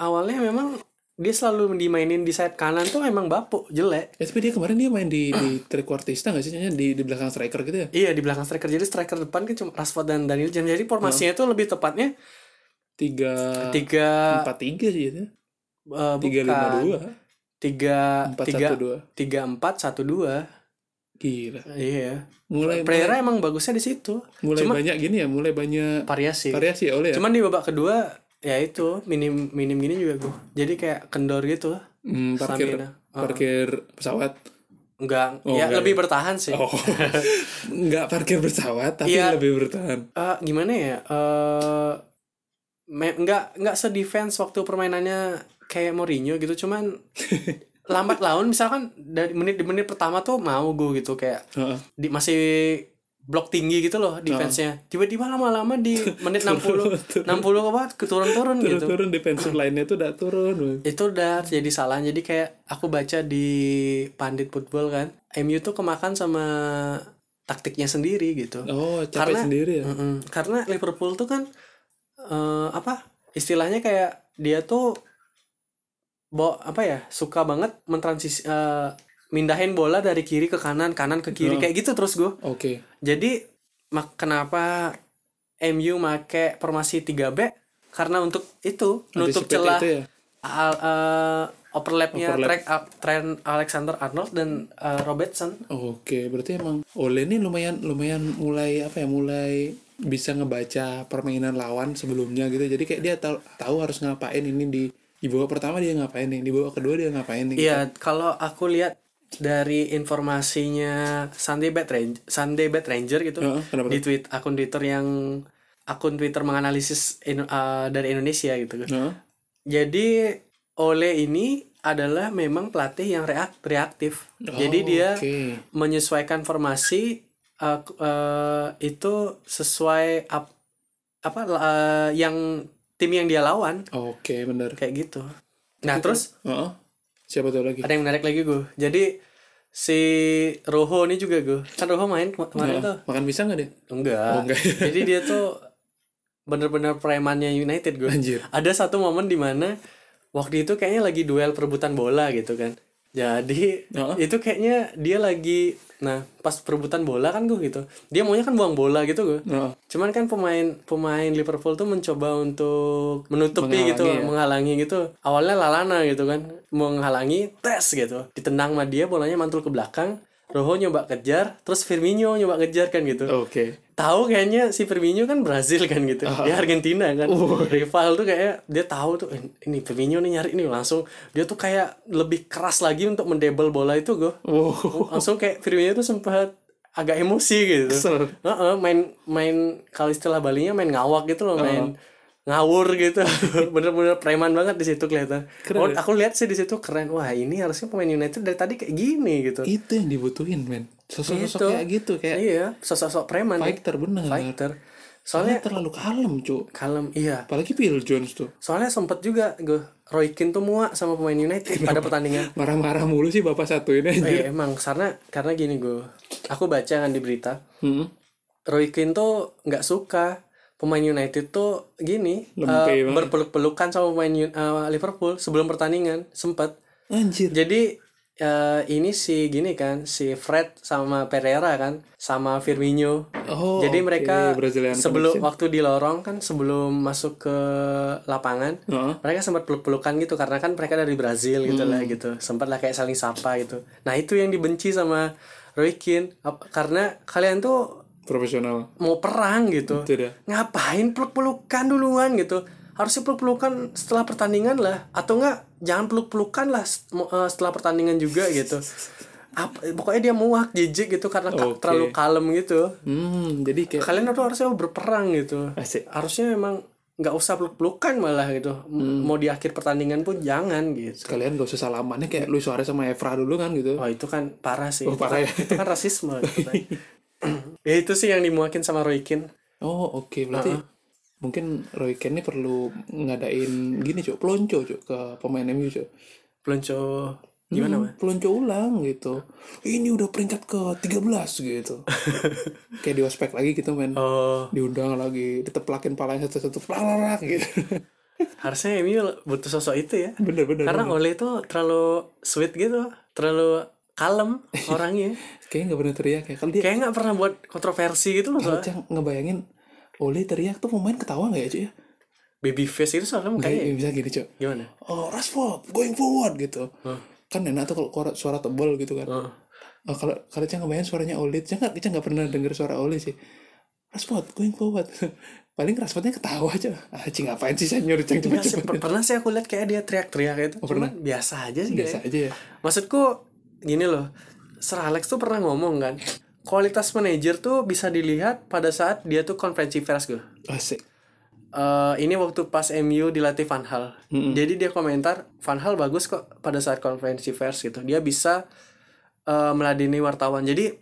D: awalnya memang dia selalu dimainin di sayap kanan tuh emang bapuk jelek
C: Ya, tapi dia kemarin dia main di di trequartista nggak sih? Kayaknya di di belakang striker gitu ya?
D: Iya di belakang striker jadi striker depan kan cuma Rashford dan Daniel James jadi formasinya itu lebih tepatnya
C: Tiga
D: tiga
C: empat tiga sih itu.
D: eh,
C: Tiga
D: bukan.
C: lima dua,
D: tiga
C: empat
D: tiga
C: satu dua.
D: tiga empat satu dua
C: Gila.
D: iya
C: Mulai mulai,
D: Pereira emang bagusnya di situ
C: mulai
D: cuma-
C: banyak gini ya, mulai banyak
D: variasi
C: variasi oleh ya.
D: cuman di babak kedua ya itu minim minim gini juga gue jadi kayak kendor gitu
C: Hmm, parkir
D: stamina. Uh-uh.
C: parkir pesawat.
D: enggak
C: Oh,
D: ya
C: enggak
D: lebih
C: ya.
D: bertahan sih
C: Oh, nggak parkir pesawat tapi
D: Iya.
C: lebih bertahan.
D: Eh, gimana ya eh me- nggak nggak se defense waktu permainannya kayak Mourinho gitu cuman lambat laun misalkan dari menit di menit pertama tuh mau gue gitu kayak
C: Heeh.
D: di masih blok tinggi gitu
C: Oh.
D: loh defense-nya tiba-tiba lama-lama di menit 60 60 apa keturun-turun gitu
C: Turun-turun defensive line-nya tuh udah turun.
D: itu udah jadi salah jadi kayak aku baca di pandit football kan MU tuh kemakan sama taktiknya sendiri gitu
C: Oh, capek
D: Karena-
C: sendiri ya.
D: Mm-mm. Karena Liverpool tuh kan eh, apa istilahnya kayak dia tuh bo apa ya suka banget mentransisi eh, mindahin bola dari kiri ke kanan kanan ke kiri
C: Oh.
D: kayak gitu terus gue.
C: Oke.
D: Jadi mak kenapa MU make formasi 3 back karena untuk itu nutup
C: Anticipate
D: celah
C: itu ya.
D: al- eh, overlapnya
C: Overlap.
D: track Trent Alexander Arnold dan eh, Robertson
C: Oke, berarti emang Ole ini lumayan lumayan mulai apa ya, mulai bisa ngebaca permainan lawan sebelumnya gitu. Jadi kayak dia tahu tahu harus ngapain ini di di babak pertama dia ngapain nih, di babak kedua dia ngapain nih. gitu.
D: Iya, kalau aku lihat dari informasinya Sunday Bad Ranger, Sunday Bad Ranger gitu
C: Heeh, kenapa
D: di
C: tuh?
D: tweet akun Twitter yang akun Twitter menganalisis in- eh, dari Indonesia gitu.
C: Heeh.
D: Jadi Ole ini adalah memang pelatih yang reak- reaktif. Jadi
C: Oh,
D: dia
C: oke.
D: menyesuaikan formasi eh, k- eh, itu sesuai ap- apa eh, yang tim yang dia lawan
C: Oke, bener.
D: kayak gitu. Nah, terus
C: Heeh. Siapa tuh lagi?
D: ada yang menarik lagi gue jadi si Roho ini juga gue kan Roho main kema- kemarin
C: Heeh.
D: tuh
C: Makan pisang gak dia?
D: enggak,
C: Oh, enggak.
D: jadi dia tuh bener-bener premannya United gue
C: Anjir.
D: ada satu momen di mana waktu itu kayaknya lagi duel perebutan bola gitu kan jadi
C: Heeh.
D: itu kayaknya dia lagi nah pas perebutan bola kan gue gitu dia maunya kan buang bola gitu gue
C: Heeh.
D: Cuman kan pemain pemain Liverpool tuh mencoba untuk menutupi
C: Menghalangi
D: gitu,
C: ya?
D: menghalangi gitu. Awalnya Lalana gitu kan, menghalangi tes gitu. Ditendang sama dia bolanya mantul ke belakang. Rojo nyoba kejar, terus Firmino nyoba kejar kan gitu.
C: Oke. Ah.
D: Tahu kayaknya si Firmino kan Brazil kan gitu. Dia Argentina kan. Rival tuh kayak dia tahu tuh "Eh, ini Firmino nih nyari ini langsung dia tuh kayak lebih keras lagi untuk mendebel bola itu gue. Langsung kayak Firmino tuh sempat agak emosi gitu.
C: Kesel.
D: Heeh, main main kalau istilah Balinya main ngawak gitu loh, main ngawur gitu bener-bener preman banget di situ kelihatan
C: Keren,
D: Oh,
C: ya?
D: aku lihat sih di situ keren wah ini harusnya pemain United dari tadi kayak gini gitu
C: itu yang dibutuhin men sosok-sosok
D: Gitu.
C: Iya, kayak gitu kayak
D: iya sosok-sosok preman
C: Fighter, bener.
D: fighter
C: soalnya
D: soalnya
C: terlalu kalem cu
D: kalem iya
C: apalagi Phil Jones tuh
D: soalnya sempet juga gue Roy Keane tuh muak sama pemain United pada pertandingan
C: marah-marah mulu sih bapak satu ini aja
D: Eh, emang karena karena gini gue aku baca kan di berita
C: Hmm.
D: Roy Keane tuh nggak suka pemain United tuh gini
C: Lempeh
D: eh,
C: banget.
D: berpeluk-pelukan sama pemain Un- eh, Liverpool sebelum pertandingan sempet
C: anjir
D: jadi eh, ini si gini kan si Fred sama Pereira kan sama Firmino
C: Oh,
D: jadi
C: oke,
D: mereka
C: Brazilian ya.
D: sebelum
C: connection.
D: waktu di lorong kan sebelum masuk ke lapangan
C: Heeh. Hmm.
D: mereka sempat peluk-pelukan gitu karena kan mereka dari Brazil gitu lah gitu sempat lah kayak saling sapa gitu nah itu yang dibenci sama Roy Keane Ap- karena kalian tuh
C: profesional
D: mau perang gitu
C: Tidak.
D: ngapain peluk-pelukan duluan gitu harusnya peluk-pelukan setelah pertandingan lah atau enggak jangan peluk-pelukan lah set- mo- eh, setelah pertandingan juga gitu Apa- pokoknya dia muak jijik gitu karena ka-
C: Oke.
D: terlalu kalem gitu
C: hmm jadi kayak
D: kalian tuh harusnya berperang gitu
C: Asik.
D: harusnya memang nggak usah peluk-pelukan malah gitu
C: Hmm.
D: M- mau di akhir pertandingan pun jangan gitu
C: kalian gak usah salamannya kayak Luis Suarez sama Evra dulu kan gitu
D: wah itu kan parah sih
C: Oh,
D: Itu
C: parah
D: kan-
C: ya.
D: itu kan rasisme gitu kan. ya itu sih yang dimuakin sama Roy Keane
C: Oh oke berarti mungkin Roy Keane ini perlu ngadain gini cok pelonco cok ke pemain MU cok
D: pelonco gimana
C: Hmm,
D: Mas?
C: pelonco ulang gitu ini udah peringkat ke 13 gitu kayak di ospek lagi gitu men
D: oh
C: diundang lagi diteplakin palanya satu-satu pelarak gitu
D: harusnya MU butuh sosok itu ya
C: bener-bener
D: karena Ole itu terlalu sweet gitu terlalu kalem orangnya
C: kayaknya nggak pernah teriak ya kalau dia
D: kayak nggak pernah buat kontroversi gitu loh
C: kalau
D: soalnya.
C: Cang ngebayangin Oli teriak tuh pemain ketawa nggak ya cok ya
D: baby face itu soalnya
C: kayak
D: mukanya
C: bisa gini cok
D: gimana
C: oh Rashford going forward gitu kan enak tuh kalau kora- suara tebal gitu kan oh, kalau kalau Cang ngebayangin suaranya Oli Cang nggak Cang nggak pernah denger suara Oli sih Rashford going forward paling Rashfordnya ketawa aja ah Cing ngapain sih saya nyuruh Cang
D: Enggak sih, per-
C: cepet-cepet
D: pernah sih aku lihat kayak dia teriak-teriak itu
C: Oh,
D: Cuman
C: pernah?
D: biasa aja sih
C: biasa
D: kayaknya.
C: aja ya
D: maksudku gini loh Sir Alex tuh pernah ngomong kan kualitas manajer tuh bisa dilihat pada saat dia tuh konferensi pers gitu
C: asik
D: Eh, ini waktu pas MU dilatih Van Hal. Jadi dia komentar Van Hal bagus kok pada saat konferensi pers gitu. Dia bisa eh, meladeni wartawan. Jadi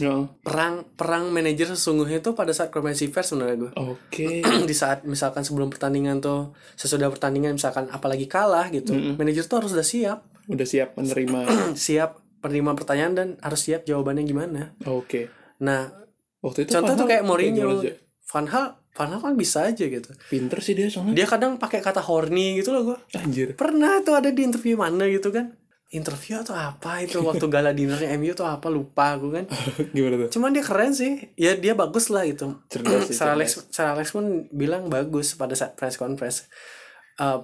C: ya
D: perang perang manajer sesungguhnya itu pada saat konferensi pers menurut gue.
C: oke
D: di saat misalkan sebelum pertandingan tuh sesudah pertandingan misalkan apalagi kalah gitu, manajer tuh harus udah siap,
C: udah siap menerima
D: siap penerima pertanyaan dan harus siap jawabannya gimana.
C: oke
D: Nah,
C: waktu itu
D: contoh
C: Van
D: tuh
C: Hal
D: kayak
C: gimana,
D: Mourinho,
C: Cang?
D: Van Hal, Van Hal kan bisa aja gitu.
C: pinter sih dia soalnya
D: Dia kadang pakai kata horny gitu loh gue.
C: anjir
D: pernah tuh ada di interview mana gitu kan interview atau apa itu waktu gala dinernya MU tuh apa lupa aku kan
C: gimana tuh
D: cuman dia keren sih ya dia bagus lah gitu
C: Cerdas sih,
D: Sir Alex Sir Alex pun bilang bagus pada saat press conference Eh,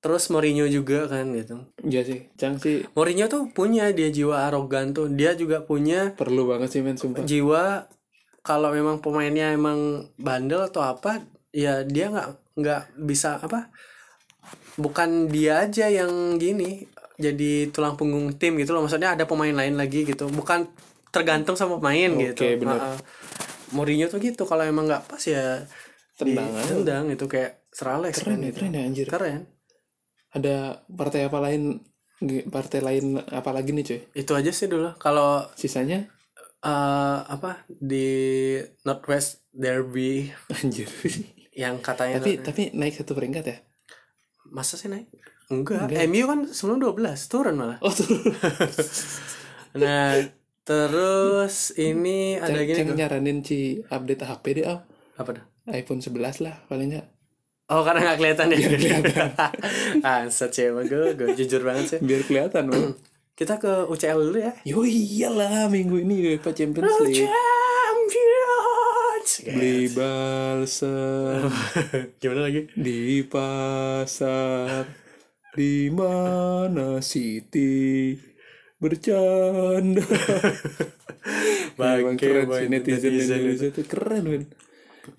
D: terus Mourinho juga kan gitu
C: iya sih Cang sih
D: Mourinho tuh punya dia jiwa arogan tuh dia juga punya
C: perlu banget sih men sumpah
D: jiwa kalau memang pemainnya emang bandel atau apa ya dia nggak nggak bisa apa bukan dia aja yang gini jadi tulang punggung tim gitu loh maksudnya ada pemain lain lagi gitu bukan tergantung sama pemain gitu
C: Oke, benar.
D: Ah, ah. Mourinho tuh gitu kalau emang nggak pas ya
C: Tendang aja.
D: tendang itu kayak serales
C: keren ya keren ya anjir
D: keren
C: ada partai apa lain nge- partai lain apa lagi nih cuy
D: itu aja sih dulu kalau
C: sisanya
D: eh, apa di Northwest Derby
C: anjir
D: yang katanya
C: tapi tapi naik satu peringkat ya
D: Masa sih naik? Enggak. MU kan sebelum 12 turun malah.
C: oh turun
D: Nah, terus ini ada
C: Cang-
D: gini
C: Cang
D: tuh.
C: nyaranin ci update HP deh oh.
D: Apa tuh?
C: iPhone 11 lah paling nggak
D: Oh, karena nggak kelihatan ya. ah, cewek gue, gue jujur banget sih.
C: biar kelihatan bro
D: Kita ke UCL dulu ya.
C: yo iyalah minggu ini UEFA Champions League
D: Champions.
C: beli balsam
D: Gimana lagi?
C: di pasar di mana Siti bercanda Emang keren sih netizen, Indonesia tuh keren men.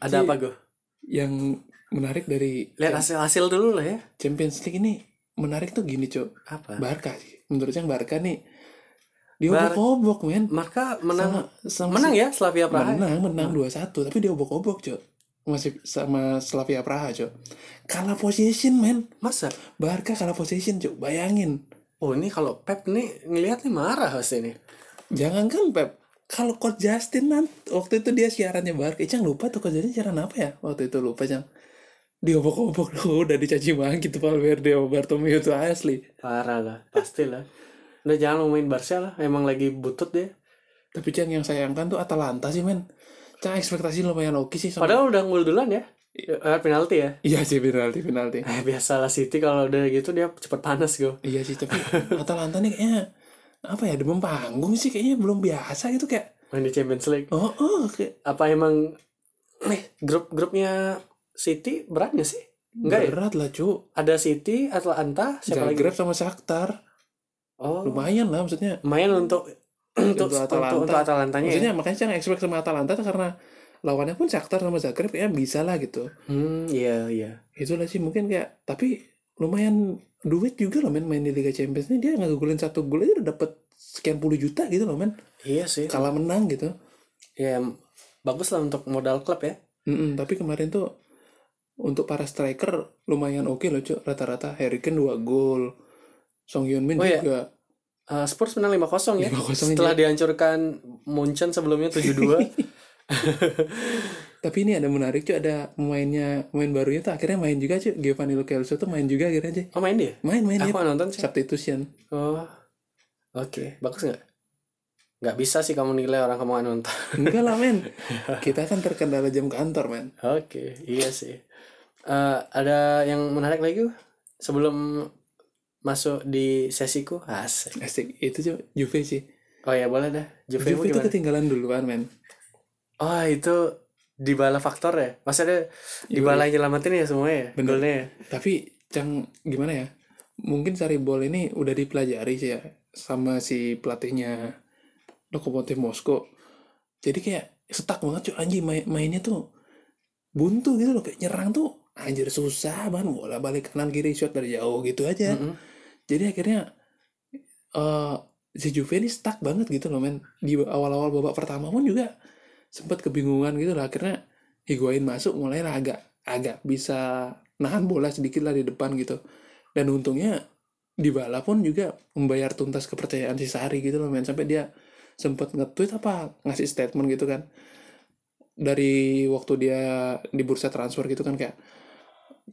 D: Ada apa gue?
C: Yang menarik dari
D: Lihat hasil hasil dulu lah ya.
C: Champions League ini menarik tuh gini cok.
D: Apa?
C: Barca sih. Menurut yang Barca nih dia
D: Bar-
C: obok-obok men.
D: Maka menang
C: Sama- sama
D: menang
C: si-
D: ya Slavia Praha.
C: Menang menang dua satu tapi dia obok-obok cok. masih sama Slavia Praha, Cok. Kalah possession, men.
D: Masa?
C: Barca kalah possession, Cok. Bayangin.
D: Oh, ini kalau Pep nih ngelihat nih marah pasti nih.
C: Jangan kan, Pep. Kalau Coach Justin nanti, waktu itu dia siarannya Barca. Icang lupa tuh Coach Justin siaran apa ya? Waktu itu lupa, Cang. Diobok-obok loh, udah dicaci maki tuh Valverde sama Bartomeu tuh asli.
D: Parah lah, pastilah. Udah jangan ngomongin Barca lah, emang lagi butut deh.
C: Tapi Cang yang sayangkan tuh Atalanta sih, men. Cang ekspektasi lumayan oke sih sama
D: Padahal udah ngul duluan ya. Eh, penalti ya.
C: Iya sih penalti penalti.
D: Eh, biasalah City kalau udah gitu dia cepet panas gue.
C: Iya sih tapi Atalanta nih kayaknya apa ya demam panggung sih kayaknya belum biasa gitu kayak
D: Main di Champions League.
C: oh oh kayak
D: Apa emang nih grup-grupnya City berat nggak sih? Enggak ya?
C: berat lah cu
D: Ada City, Atlanta, siapa lagi?
C: Zagreb sama Shakhtar
D: Oh,
C: lumayan lah maksudnya
D: lumayan untuk untuk untuk,
C: Atalanta.
D: untuk Atalantanya ya.
C: maksudnya makanya jangan expect sama Atalanta tuh karena lawannya pun Shakhtar sama Zagreb ya bisa lah gitu
D: Hmm, iya iya.
C: itulah sih mungkin kayak tapi lumayan duit juga loh men main di Liga Champions nih dia nggak ngegolin satu gol aja udah dapet sekian puluh juta gitu loh men
D: Iya sih.
C: kalah menang gitu
D: Ya bagus lah untuk modal klub ya.
C: Mm-mm, tapi kemarin tuh untuk para striker lumayan oke loh cok rata-rata Harry Kane 2 gol Song Hyun Min
D: Oh, iya.
C: juga
D: Eh, Spurs menang 5-0 ya.
C: 5-0
D: Setelah
C: aja.
D: dihancurkan Munchen sebelumnya 7-2.
C: tapi ini ada menarik cok ada pemainnya pemain barunya tuh akhirnya main juga cok Giovanni Lo Celso tuh main juga akhirnya aja
D: oh main dia?
C: main main
D: Aku
C: dia
D: nggak nonton sih.
C: substitution
D: Oh, oke. Bagus nggak? Nggak bisa sih kamu nilai orang kamu nggak nonton.
C: enggak lah men kita kan terkendala jam kantor men
D: oke, iya sih. Eh, ada yang menarik lagi Bu? sebelum masuk di sesiku asik.
C: asik itu cok Juve sih
D: Oh ya boleh dah. Juve,
C: Juve
D: Juve
C: itu
D: gimana?
C: ketinggalan duluan men
D: Oh itu dibala faktor ya? Maksudnya dibala yang nyelamatin ya semua ya?
C: Iya, Bener.
D: Golnya ya?
C: tapi cang gimana ya mungkin Sari Ball ini udah dipelajari sih ya sama si pelatihnya Lokomotif Moskow jadi kayak setak banget cuy anjing main- mainnya tuh buntu gitu loh kayak nyerang tuh anjir susah banget bola balik kanan kiri shot dari jauh gitu aja
D: Mm-mm.
C: jadi akhirnya eh si Juve ini stuck banget gitu loh men di awal-awal babak pertama pun juga sempat kebingungan gitu lah akhirnya Higuain masuk mulailah agak agak bisa nahan bola sedikit lah di depan gitu dan untungnya Dybala pun juga membayar tuntas kepercayaan si Sari gitu loh men sampai dia sempat nge-tweet apa ngasih statement gitu kan dari waktu dia di bursa transfer gitu kan kayak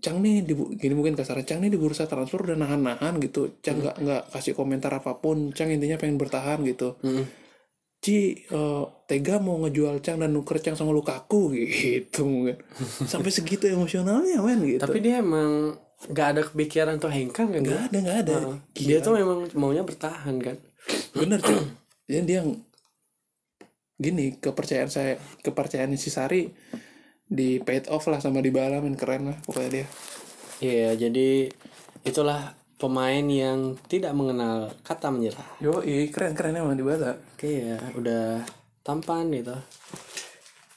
C: Cang nih di bu- gini mungkin kasarnya Cang nih di bursa transfer udah nahan-nahan gitu Cang
D: Hmm.
C: nggak nggak kasih komentar apapun Cang intinya pengen bertahan gitu
D: Mm-mm.
C: Ci eh, tega mau ngejual Cang dan nuker Cang sama Lukaku gitu mungkin sampai segitu emosionalnya men gitu
D: Tapi dia emang nggak ada kepikiran untuk hengkang kan?
C: nggak ada nggak ada
D: Heeh.
C: Gila.
D: Dia tuh memang maunya bertahan kan?
C: bener cuy jadi dia yang- gini kepercayaan saya kepercayaan si Sari di paid off lah sama di men keren lah pokoknya dia
D: Iya, jadi itulah pemain yang tidak mengenal kata menyerah.
C: yo keren keren emang di
D: Oke ya, udah tampan gitu.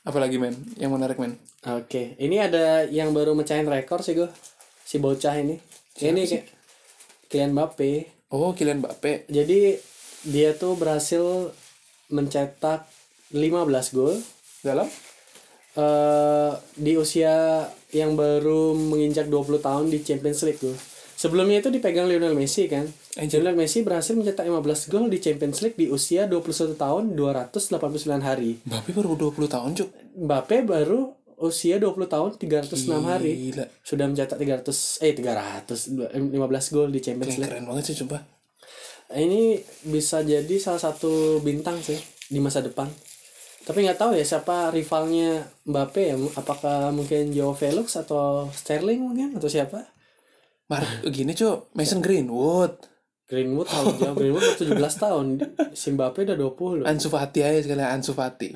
C: apalagi men yang menarik men
D: Oke, ini ada yang baru mecahin rekor sih gue. Si bocah ini. ini kayak Kylian Mbappe.
C: oh Kylian Mbappe
D: Jadi dia tuh berhasil mencetak 15 gol
C: dalam
D: eh di usia yang baru menginjak 20 tahun di Champions League tuh. Sebelumnya itu dipegang Lionel Messi kan. Lionel Messi berhasil mencetak 15 gol di Champions League di usia 21 tahun 289 hari.
C: Mbappe baru 20 tahun cuk
D: Mbappe baru usia 20 tahun 306 hari.
C: Gila.
D: Sudah mencetak 300 eh 300 15 gol di Champions League.
C: keren banget sih coba
D: Ini bisa jadi salah satu bintang sih di masa depan. Tapi nggak tahu ya siapa rivalnya Mbappe ya. Apakah mungkin Joao Felix atau Sterling mungkin atau siapa?
C: Mar gini cuk Mason Greenwood
D: Greenwood tahun Joao Greenwood baru 17 tahun. Si Mbappe udah 20.
C: Ansu Fati aja sekalian Ansu Fati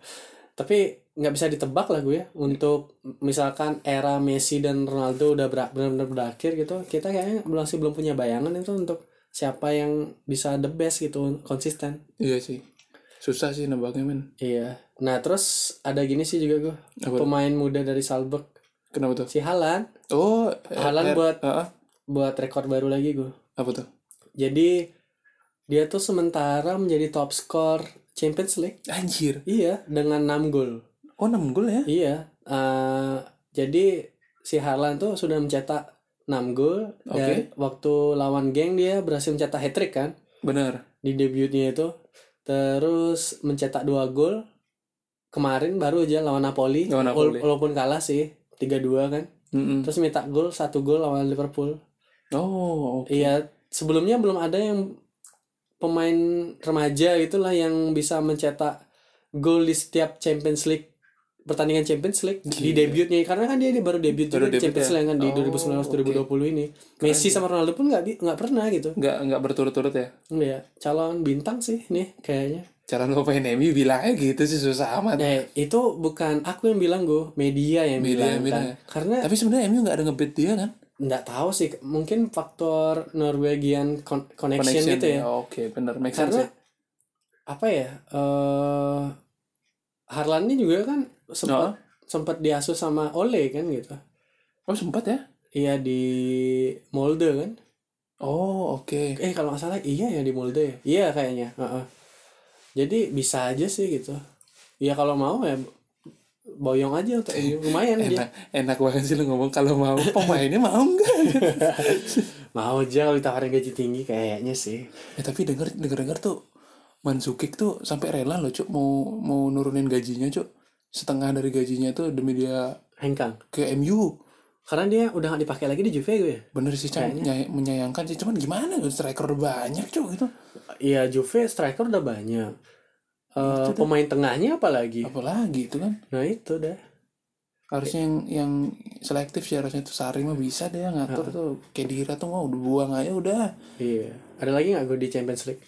D: Tapi nggak bisa ditebak lah gue ya. untuk misalkan era Messi dan Ronaldo udah ber- benar-benar berakhir gitu. Kita kayaknya masih belum punya bayangan itu untuk siapa yang bisa the best gitu konsisten.
C: iya sih susah sih nebaknya men
D: Iya. Nah, terus ada gini sih juga gue.
C: Apa?
D: Pemain muda dari Salzburg.
C: kenapa tuh
D: Si Halan
C: oh
D: Haaland buat-
C: Heeh.
D: buat rekor baru lagi gue.
C: apa tuh
D: Jadi dia tuh sementara menjadi top skor Champions League.
C: anjir
D: Iya, dengan 6 gol.
C: oh 6 gol ya
D: Iya, eh, jadi si Haaland tuh sudah mencetak 6 gol dan waktu lawan geng dia berhasil mencetak hat-trick kan
C: Benar.
D: di debutnya itu terus mencetak dua gol kemarin baru aja lawan Napoli,
C: Lawan
D: Wal-
C: Napoli.
D: walaupun kalah sih 3-2 kan
C: Mm-mm.
D: terus minta gol satu gol lawan Liverpool
C: Oh, oke.
D: Iya, sebelumnya belum ada yang pemain remaja itulah yang bisa mencetak gol di setiap Champions League pertandingan Champions League di debutnya karena kan dia, dia baru debut
C: Baru debut
D: juga di Champions
C: ya?
D: League kan di
C: Oh,
D: 2019 2020 ini. Messi sama Ronaldo pun nggak bi- nggak pernah gitu.
C: Nggak nggak berturut-turut ya.
D: Iya, calon bintang sih nih kayaknya.
C: Cara lo main MU bilangnya gitu sih susah amat.
D: Nah, itu bukan aku yang bilang gue, media yang
C: Media
D: bilang
C: yang
D: kan.
C: bilang ya.
D: Karena
C: Tapi sebenarnya MU nggak ada ngebet dia kan?
D: nggak tahu sih, mungkin faktor Norwegian con- connection,
C: Connection
D: gitu ya.
C: Oke, benar. Make sense
D: karena
C: ya.
D: apa ya eh Harlan ini juga kan sempat sempat diasuh sama Ole kan gitu
C: Oh, sempat ya?
D: iya di Molde kan
C: Oh, oke.
D: eh kalau nggak salah iya ya di Molde ya iya kayaknya Heeh. jadi bisa aja sih gitu ya kalau mau ya boyong aja untuk
C: Iya.
D: MU. lumayan dia
C: Enak, enak banget sih lo ngomong kalau mau pemainnya mau nggak?
D: mau aja kalau ditawarin gaji tinggi kayaknya sih
C: ya, tapi denger denger denger tuh Mansukik tuh sampai rela loh cuk mau mau nurunin gajinya cuk setengah dari gajinya tuh demi dia
D: hengkang
C: ke MU
D: karena dia udah nggak dipakai lagi di Juve gue ya
C: bener sih Cang. Nyay- menyayangkan sih cuman gimana tuh striker udah banyak cuk gitu
D: iya Juve striker udah banyak Eh,
C: Itu dah.
D: pemain tengahnya apalagi
C: apalagi itu kan
D: Nah itu dah.
C: harusnya yang yang selektif sih harusnya tuh Sari mah bisa deh ngatur tuh Kedira tuh mau buang aja udah
D: Iya. Ada lagi nggak gue di Champions League?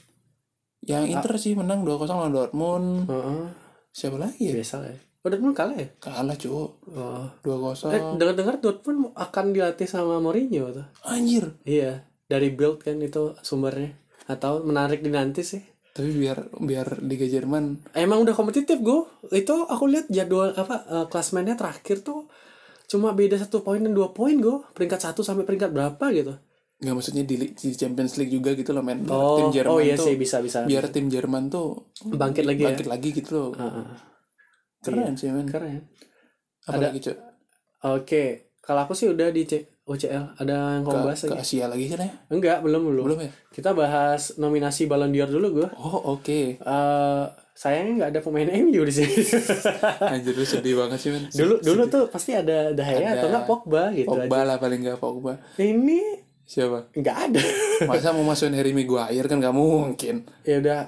C: yang
D: Ah.
C: Inter sih menang 2-0 lawan Dortmund
D: Heeh.
C: siapa lagi ya
D: Biasa lah. Ya. Oh, Dortmund kalah ya?
C: kalah cuk
D: Oh.
C: 2-0
D: Eh, dengar-dengar Dortmund akan dilatih sama Mourinho tuh.
C: anjir
D: Iya. Dari Build kan itu sumbernya. Atau menarik di nanti sih.
C: tapi biar biar Liga Jerman
D: Emang udah kompetitif gue. Itu aku lihat jadwal apa eh, klasmennya terakhir tuh cuma beda satu poin dan dua poin gue peringkat satu sampai peringkat berapa gitu
C: nggak maksudnya di, di Champions League juga gitu loh men biar
D: Oh,
C: tim Jerman
D: oh iya
C: tuh
D: sih, bisa, bisa.
C: biar tim Jerman tuh
D: Bangkit lagi ya?
C: bangkit lagi gitu loh
D: Heeh. Iya.
C: keren sih men
D: keren ya.
C: apalagi cok
D: oke kalau aku sih udah di C- UCL ada yang
C: ke,
D: kamu bahas
C: ke
D: lagi
C: Asia lagi kan ya
D: enggak belum belum
C: belum ya
D: kita bahas nominasi Ballon d'Or dulu gue.
C: oh oke
D: Eh sayangnya nggak ada pemain MU di sini.
C: anjir lu sedih banget sih men Sedih.
D: dulu dulu tuh pasti ada
C: Ada
D: Dahaya Ya, atau nggak Pogba gitu
C: Pogba
D: aja.
C: lah paling nggak Pogba
D: Ini
C: siapa
D: nggak ada.
C: masa mau masukin Harry Maguire kan nggak mungkin
D: ya udah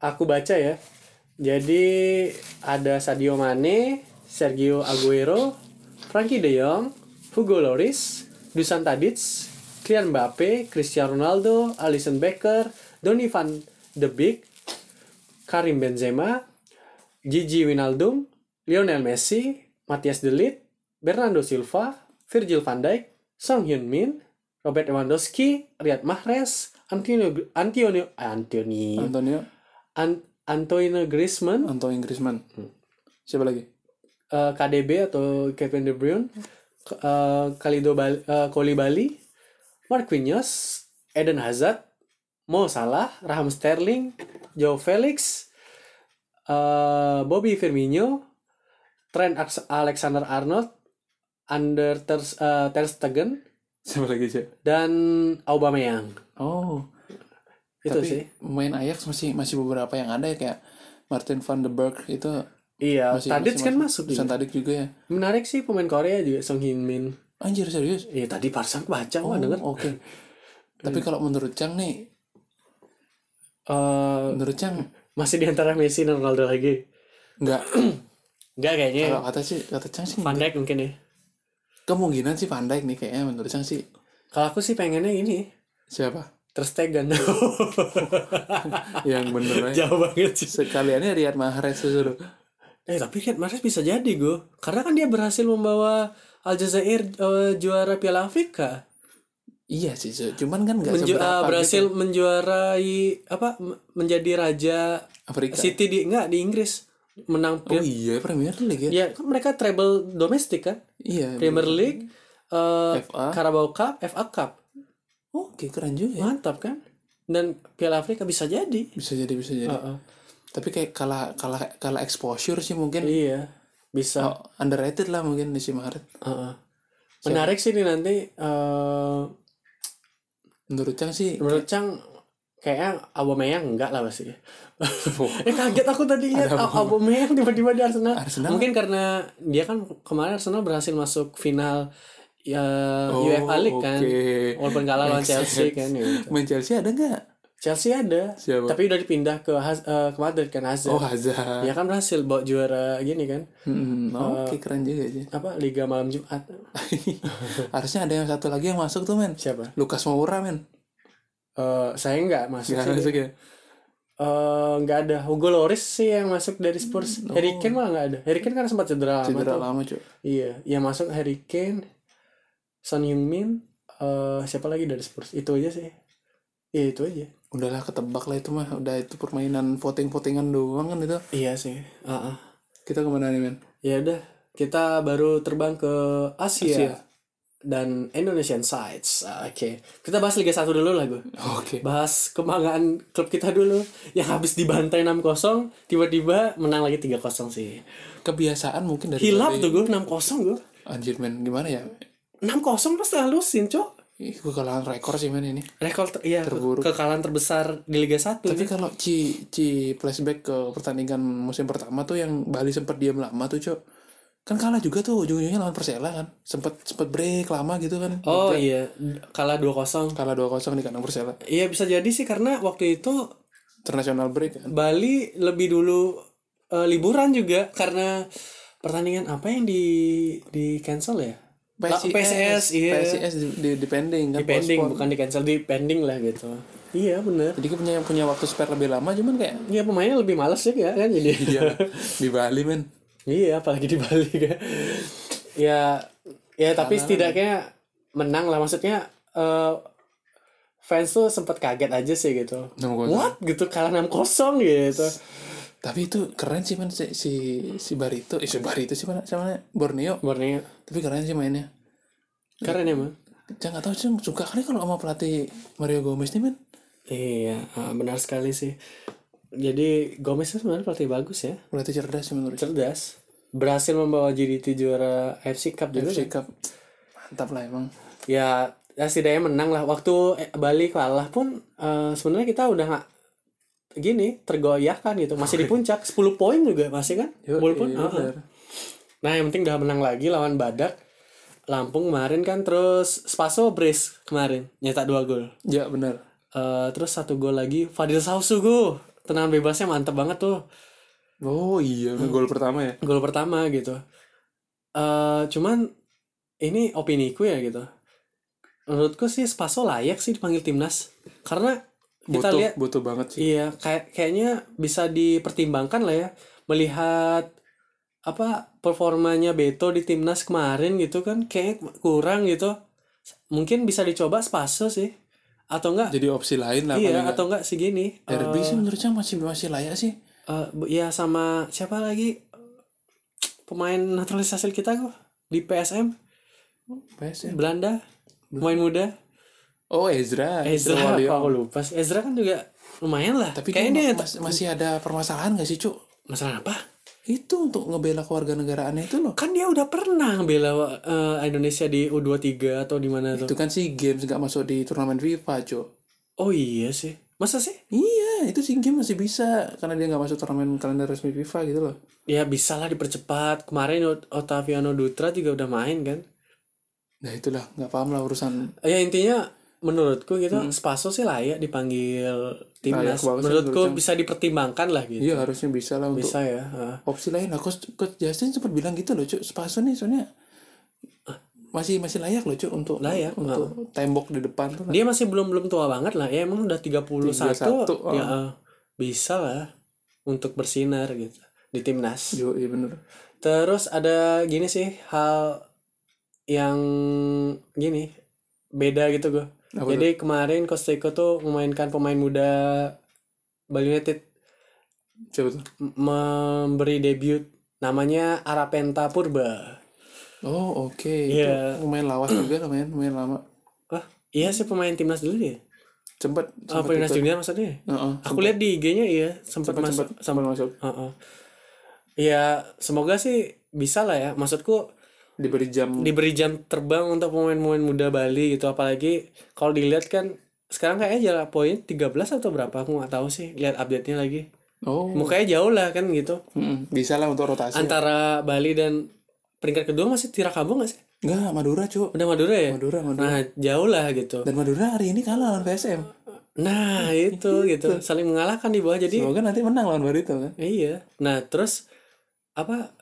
D: aku baca ya. Jadi ada Sadio Mane, Sergio Aguero, Frankie De Jong, Hugo Loris, Dusan Tadic, Kylian Mbappe, Cristiano Ronaldo, Alisson Becker, Donny van de Beek, Karim Benzema, Gigi Wijnaldum, Lionel Messi, Matthias De Ligt, Bernardo Silva, Virgil van Dijk, Song Hyun Min, Robert Lewandowski, Riyad Mahrez, Antonio Antonio Antonio
C: Antonio
D: An- Antoine Griezmann,
C: Antonio Griezmann
D: Hmm.
C: siapa lagi
D: eh, KDB atau Kevin De Bruyne, K- eh, Kalido Bal- eh, Koulibaly, Marquinhos, Eden Hazard, Mo Salah, Raheem Sterling, Joe Felix, eh, Bobby Firmino, Trent Alexander Arnold, Under Ter, eh, Ter Stegen,
C: siapa lagi cok
D: dan Aubameyang.
C: oh
D: Itu
C: tapi
D: sih.
C: main Ajax masih masih beberapa yang ada ya kayak Martin van de Berg itu
D: Iya,
C: masih
D: Tadic kan
C: masih-
D: masuk
C: Dusan
D: juga.
C: Tadic juga ya
D: Menarik sih pemain Korea juga Song Hyun Min.
C: anjir serius
D: Iya, tadi Parsang baca
C: oh,
D: wah denger.
C: oke tapi kalau menurut Cang nih
D: Eh,
C: menurut Cang
D: masih di antara Messi dan Ronaldo lagi.
C: nggak
D: Enggak kayaknya.
C: kalau kata sih kata Cang sih
D: Van Dijk mungkin ya.
C: kemungkinan sih Van Dijk nih kayaknya menurut Cang sih
D: Kalau aku sih pengennya ini
C: siapa
D: Ter Stegen.
C: yang bener aja
D: Jauh banget sih.
C: sekaliannya Riyad Mahrez tuh suruh
D: Eh tapi Riyad Mahrez bisa jadi gue. Karena kan dia berhasil membawa Aljazair eh, juara Piala Afrika.
C: iya sih Su. cuman kan nggak
D: Menju- eh,
C: seberapa
D: berhasil
C: gitu.
D: menjuarai apa m- menjadi raja
C: Afrika
D: City di enggak di Inggris menang
C: oh
D: Piala
C: iya Premier League ya
D: Ya, kan mereka treble domestik kan?
C: iya
D: Premier League, eh,
C: FA.
D: Carabao Cup, FA Cup. Oh,
C: oke keren juga ya.
D: Mantap kan? Dan Piala Afrika bisa jadi.
C: bisa jadi bisa jadi
D: Heeh.
C: tapi kayak kalah kalah kalah exposure sih mungkin Oh,
D: Iya. bisa
C: underrated lah mungkin di si Mahrez.
D: Heeh. Menarik sih ini nanti eh
C: menurut Cang sih
D: menurut Cang kayaknya Aubameyang enggak lah pasti. eh kaget aku tadi lihat
C: Ada
D: Au- Aubameyang tiba-tiba di Arsenal.
C: Arsenal.
D: Mungkin karena dia kan kemarin Arsenal berhasil masuk final ya
C: Oh,
D: UEFA League kan.
C: oke.
D: Walaupun kalah lawan
C: Make
D: Chelsea
C: sense.
D: kan ya gitu.
C: Main Chelsea ada nggak?
D: Chelsea ada,
C: Siapa?
D: tapi udah dipindah ke Haz- eh, ke Madrid kan Hazard.
C: Oh Hazard.
D: Dia kan berhasil bawa juara gini kan.
C: Hmm, Oke keren juga sih.
D: Apa Liga Malam Jumat. Iya.
C: Harusnya ada yang satu lagi yang masuk tuh men.
D: Siapa?
C: Lukas Moura men.
D: Eh, saya enggak masuk
C: Nggak
D: sih.
C: masuk ya.
D: Eh, nggak ada Hugo Loris sih yang masuk dari Spurs. Harry Kane malah nggak ada. Harry Kane kan sempat cedera lama
C: Hmm, oh. Cedera
D: tuh.
C: lama cuy.
D: Iya, yang masuk Harry Kane, Son Heung-min, eh, siapa lagi dari Spurs? Itu aja sih. Iya, itu aja.
C: Udahlah ketebak lah itu mah. Udah itu permainan voting-votingan doang kan itu.
D: Iya sih. Ah, ah.
C: Kita kemana nih men?
D: Ya udah, kita baru terbang ke Asia,
C: Asia.
D: dan Indonesian Sides. Ah, Oke. Kita bahas Liga 1 dulu lah, gue.
C: Oke.
D: Bahas kebanggaan klub kita dulu yang habis dibantai 6-0, tiba-tiba menang lagi 3-0 sih.
C: Kebiasaan mungkin dari
D: Hilap
C: dari-
D: tuh gue 6-0 gue.
C: Anjir men gimana ya?
D: 6-0 pasti halusin, Cok.
C: Ih, gue kalahan rekor sih men ini.
D: Rekor ter iya,
C: Terburuk.
D: kekalahan terbesar di Liga 1.
C: Tapi kan kalau Ci Ci flashback ke pertandingan musim pertama tuh yang Bali sempat diam lama tuh, Cok. Kan kalah juga tuh ujung-ujungnya lawan Persela kan. Sempat sempat break lama gitu kan.
D: oh
C: Break.
D: iya, kalah 2-0.
C: Kalah 2-0 di kandang Persela.
D: Iya bisa jadi sih karena waktu itu
C: International break kan.
D: Bali lebih dulu eh, liburan juga karena pertandingan apa yang di di cancel ya? Lah, PSIS, iya.
C: PSIS di, di, di pending kan.
D: Di pending
C: postpone.
D: bukan di cancel, di pending lah gitu. Iya bener.
C: Jadi punya punya waktu spare lebih lama cuman kayak
D: Iya pemainnya lebih males sih ya kan jadi.
C: iya di Bali men.
D: Iya, apalagi di Bali kan. ya, ya tapi setidaknya menang lah. Maksudnya eh, fans tuh sempat kaget aja sih gitu.
C: 6-0.
D: What gitu kalah 6-0 gitu.
C: Tapi itu keren sih men si si, si Barito, eh, si Barito sih mana sama Borneo.
D: Borneo
C: Tapi keren sih mainnya.
D: keren ya, emang.
C: Jangan tahu sih suka kali kalau sama pelatih Mario Gomez nih men.
D: Iya, ah, benar sekali sih. Jadi Gomez itu sebenarnya pelatih bagus ya,
C: Pelatih cerdas sih menurut saya.
D: cerdas, berhasil membawa JDT juara AFC Cup juga.
C: FC
D: kan?
C: Cup. Mantap lah emang.
D: Ya, ya setidaknya menang lah. Waktu eh, Bali kalah pun eh, sebenarnya kita udah nggak gini tergoyahkan gitu. Masih di puncak 10 poin juga masih kan?
C: Yo,
D: 10 poin.
C: iya,
D: ah.
C: benar.
D: Nah, yang penting udah menang lagi lawan Badak. Lampung kemarin kan terus Spaso Brace kemarin nyetak dua gol.
C: Ya benar.
D: Eh, terus satu gol lagi Fadil Sausugu tendangan bebasnya mantep banget tuh
C: Oh iya, gol pertama ya.
D: gol pertama gitu Eh cuman ini opini ku ya gitu menurutku sih Spaso layak sih dipanggil timnas karena kita
C: butuh
D: lihat
C: butuh banget sih.
D: iya kayak kayaknya bisa dipertimbangkan lah ya melihat apa performanya Beto di timnas kemarin gitu kan kayaknya kurang gitu mungkin bisa dicoba Spaso sih atau enggak
C: Jadi opsi lain lah
D: iya
C: paling
D: atau enggak segini Eh,
C: Derby sih menurut saya masih masih layak sih.
D: eh, bu- ya sama siapa lagi pemain naturalisasi kita kok di PSM
C: PSM.
D: Belanda pemain muda
C: Oh Ezra,
D: Ezra
C: Walio.
D: apa aku lupa sih? Ezra kan juga lumayan lah
C: Tapi
D: kayaknya dia,
C: dia ma- mas- masih ada permasalahan gak sih, Cuk?
D: masalah apa
C: Itu untuk ngebela keluarga negaraannya itu loh.
D: kan dia udah pernah bela eh, Indonesia di U23 atau di mana
C: Itu
D: tuh
C: kan sih games gak masuk di turnamen FIFA, Cuk.
D: oh iya sih masa sih
C: Iya, itu sih game masih bisa karena dia nggak masuk turnamen kalender resmi FIFA gitu loh.
D: ya bisa lah dipercepat kemarin Ot- Otaviano Dutra juga udah main kan
C: Nah itulah nggak paham lah urusan
D: ya intinya menurutku gitu Spaso sih layak dipanggil
C: Hmm. Layak banget
D: timnas
C: sih
D: menurutku
C: menurut Cang.
D: bisa dipertimbangkan lah gitu
C: Iya harusnya bisa lah untuk
D: bisa ya heeh.
C: opsi lain. Aku coach Justin sempat bilang gitu loh, cuk Spaso nih soalnya masih masih layak loh cuk untuk
D: Layak,
C: untuk tembok di depan tuh.
D: dia masih belum belum tua banget lah ya emang udah
C: 31, ah.
D: 31, ya eh, bisa lah untuk bersinar gitu di timnas
C: Yo, iya bener.
D: terus ada gini sih hal yang gini beda gitu gue
C: Apa
D: jadi kemarin Coach Rico tuh memainkan pemain muda Bali United
C: Coba tuh.
D: m- memberi debut namanya Arapenta Purba
C: Oh oke,
D: Iya.
C: itu lumayan lawas juga lumayan lumayan lama.
D: Wah, iya sih pemain timnas dulu dia.
C: Sempat
D: Oh,
C: sempat
D: timnas
C: ikut.
D: junior maksudnya.
C: Heeh,
D: Aku lihat di IG-nya iya sempat
C: sempat
D: masuk
C: sempat masuk.
D: Heeh. Ya, semoga sih bisa lah ya maksudku
C: diberi jam
D: diberi jam terbang untuk pemain-pemain muda Bali gitu apalagi kalau dilihat kan sekarang kayaknya jarak poin 13 atau berapa aku nggak tahu sih lihat update-nya lagi
C: oh
D: mukanya jauh lah kan gitu
C: Mm-mm, bisa lah untuk rotasi
D: antara Bali dan peringkat kedua masih Tirakabo nggak sih
C: Enggak, Madura cu
D: udah Madura ya
C: Madura Madura
D: nah jauh lah gitu
C: dan Madura hari ini kalah lawan PSM
D: nah itu gitu saling mengalahkan di bawah jadi
C: semoga nanti menang lawan Barito kan
D: Iya. Nah, terus apa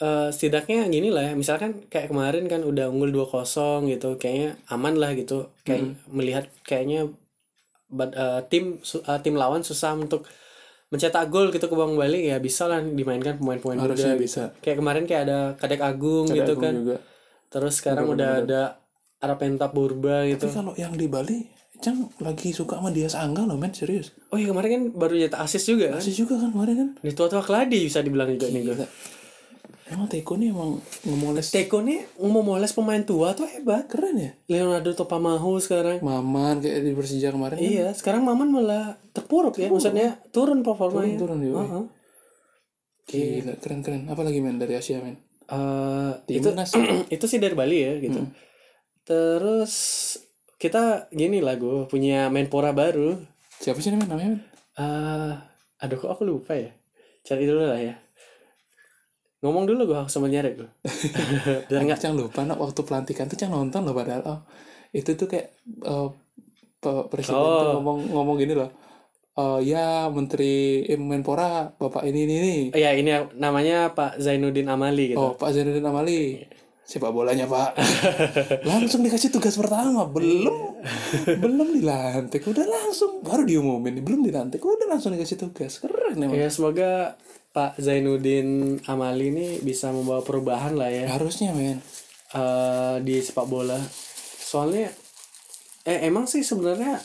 D: eh, setidaknya gini lah ya. Misalkan kayak kemarin kan udah unggul 2-0 gitu, kayaknya aman lah gitu. Kayak melihat kayaknya bad- eh, tim su- eh, tim lawan susah untuk mencetak gol gitu ke Bang Bali ya bisa lah dimainkan pemain-pemain muda.
C: Harusnya
D: gitu.
C: bisa.
D: Kayak kemarin kayak ada Kadek Agung
C: Kadek
D: gitu
C: Agung
D: kan.
C: juga.
D: Terus sekarang udah ada Arapenta Burba gitu.
C: tapi kalau yang di Bali Cang lagi suka sama Dias Angga loh men serius
D: Oh iya kemarin kan baru nyetak asis juga kan.
C: masih juga kan kemarin kan
D: Ini tua-tua keladi bisa dibilang juga nih gitu. gue.
C: emang Teko nih emang ngemoles
D: Iya, Teko nih memoles pemain tua tuh hebat.
C: keren ya
D: Leonardo Topamahu sekarang.
C: Maman kayak di Persija kemarin kan?
D: Iya, sekarang Maman malah terpuruk ya. Maksudnya turun performanya.
C: Turun, turun, yoi.
D: Heeh.
C: Gila, keren-keren. Apa lagi men dari Asia men?
D: Eh, itu
C: Timnas. Hmm.
D: itu sih dari Bali ya gitu. Terus kita gini lah gue punya Menpora baru.
C: Siapa sih men namanya men?
D: Eh, aduh kok aku lupa ya. Cari dulu lah ya. Ngomong dulu gue harus sama nyari gue. Biar
C: Aku
D: nggak
C: Cang lupa nak waktu pelantikan tuh Cang nonton loh padahal. Oh, itu tuh kayak eh, pe- presiden tuh
D: Oh.
C: ngomong ngomong gini loh. Eh, ya Menteri eh, Menpora Bapak ini ini ini.
D: ya ini namanya Pak Zainuddin Amali gitu. Iya.
C: Oh Pak Zainuddin Amali. Sepak bolanya Pak. langsung dikasih tugas pertama belum
D: Iya.
C: belum dilantik udah langsung baru diumumin belum dilantik udah langsung dikasih tugas keren emang.
D: Ya semoga Pak Zainuddin Amali ini bisa membawa perubahan lah ya
C: Harusnya men.
D: eh, di sepak bola. Soalnya eh emang sih sebenarnya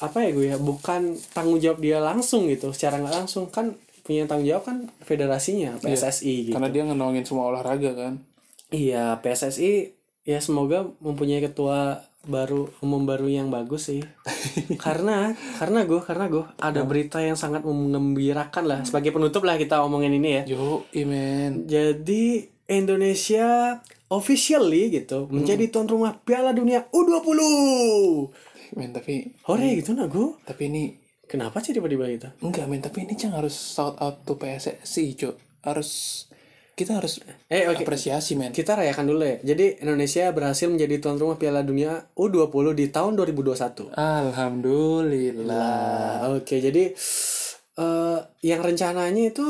D: apa ya gue ya bukan tanggung jawab dia langsung gitu secara nggak langsung kan punya tanggung jawab kan federasinya PSSI
C: Iya.
D: gitu.
C: Karena dia ngenaungin semua olahraga kan.
D: Iya, PSSI ya semoga mempunyai ketua baru umum baru yang bagus sih. karena karena gue karena gue ada berita yang sangat mengembirakan lah sebagai penutup lah kita omongin ini ya.
C: Yo, men.
D: Jadi Indonesia officially gitu
C: Hmm.
D: menjadi tuan rumah Piala Dunia U20.
C: Men tapi
D: Hore gitu nah gue.
C: tapi ini
D: Kenapa sih tiba-tiba gitu?
C: Enggak men, tapi ini Cang harus shout out to PSSI, Cuk. Harus kita harus
D: Eh, oke.
C: apresiasi men.
D: Kita rayakan dulu ya. Jadi Indonesia berhasil menjadi tuan rumah Piala Dunia U20 di tahun 2021.
C: Alhamdulillah.
D: Ah, Oke, jadi eh yang rencananya itu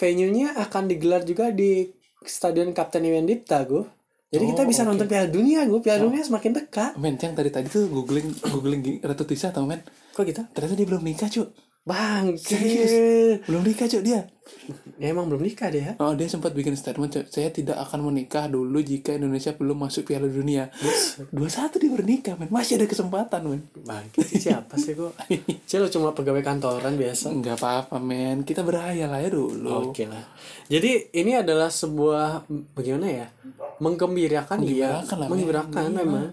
D: venue-nya akan digelar juga di Stadion Kapten Iwandipta, Gue. Jadi kita
C: Oh, oke.
D: bisa
C: Oh.
D: nonton Piala Dunia, Gue. Piala Dunia semakin dekat.
C: Men, Cang tadi tadi tuh googling googling gi- Ratu Tisa tau men.
D: Kok gitu?
C: Ternyata dia belum nikah, Cuk.
D: Bang,
C: Serius? Belum nikah, Cuk, dia.
D: Ya emang belum nikah dia.
C: Oh, dia sempat bikin statement, Cuk. Saya tidak akan menikah dulu jika Indonesia belum masuk Piala Dunia. 21 dia bernikah, men. Masih ada kesempatan, men.
D: Bang, siapa sih gue? Cil cuma pegawai kantoran biasa.
C: Enggak apa-apa, men. Kita berhayal aja dulu.
D: Oke lah. Jadi ini adalah sebuah bagaimana ya? Menggembirakan
C: Menggembirakan lah, iya.
D: ya,
C: Bang.
D: menggembirakan memang.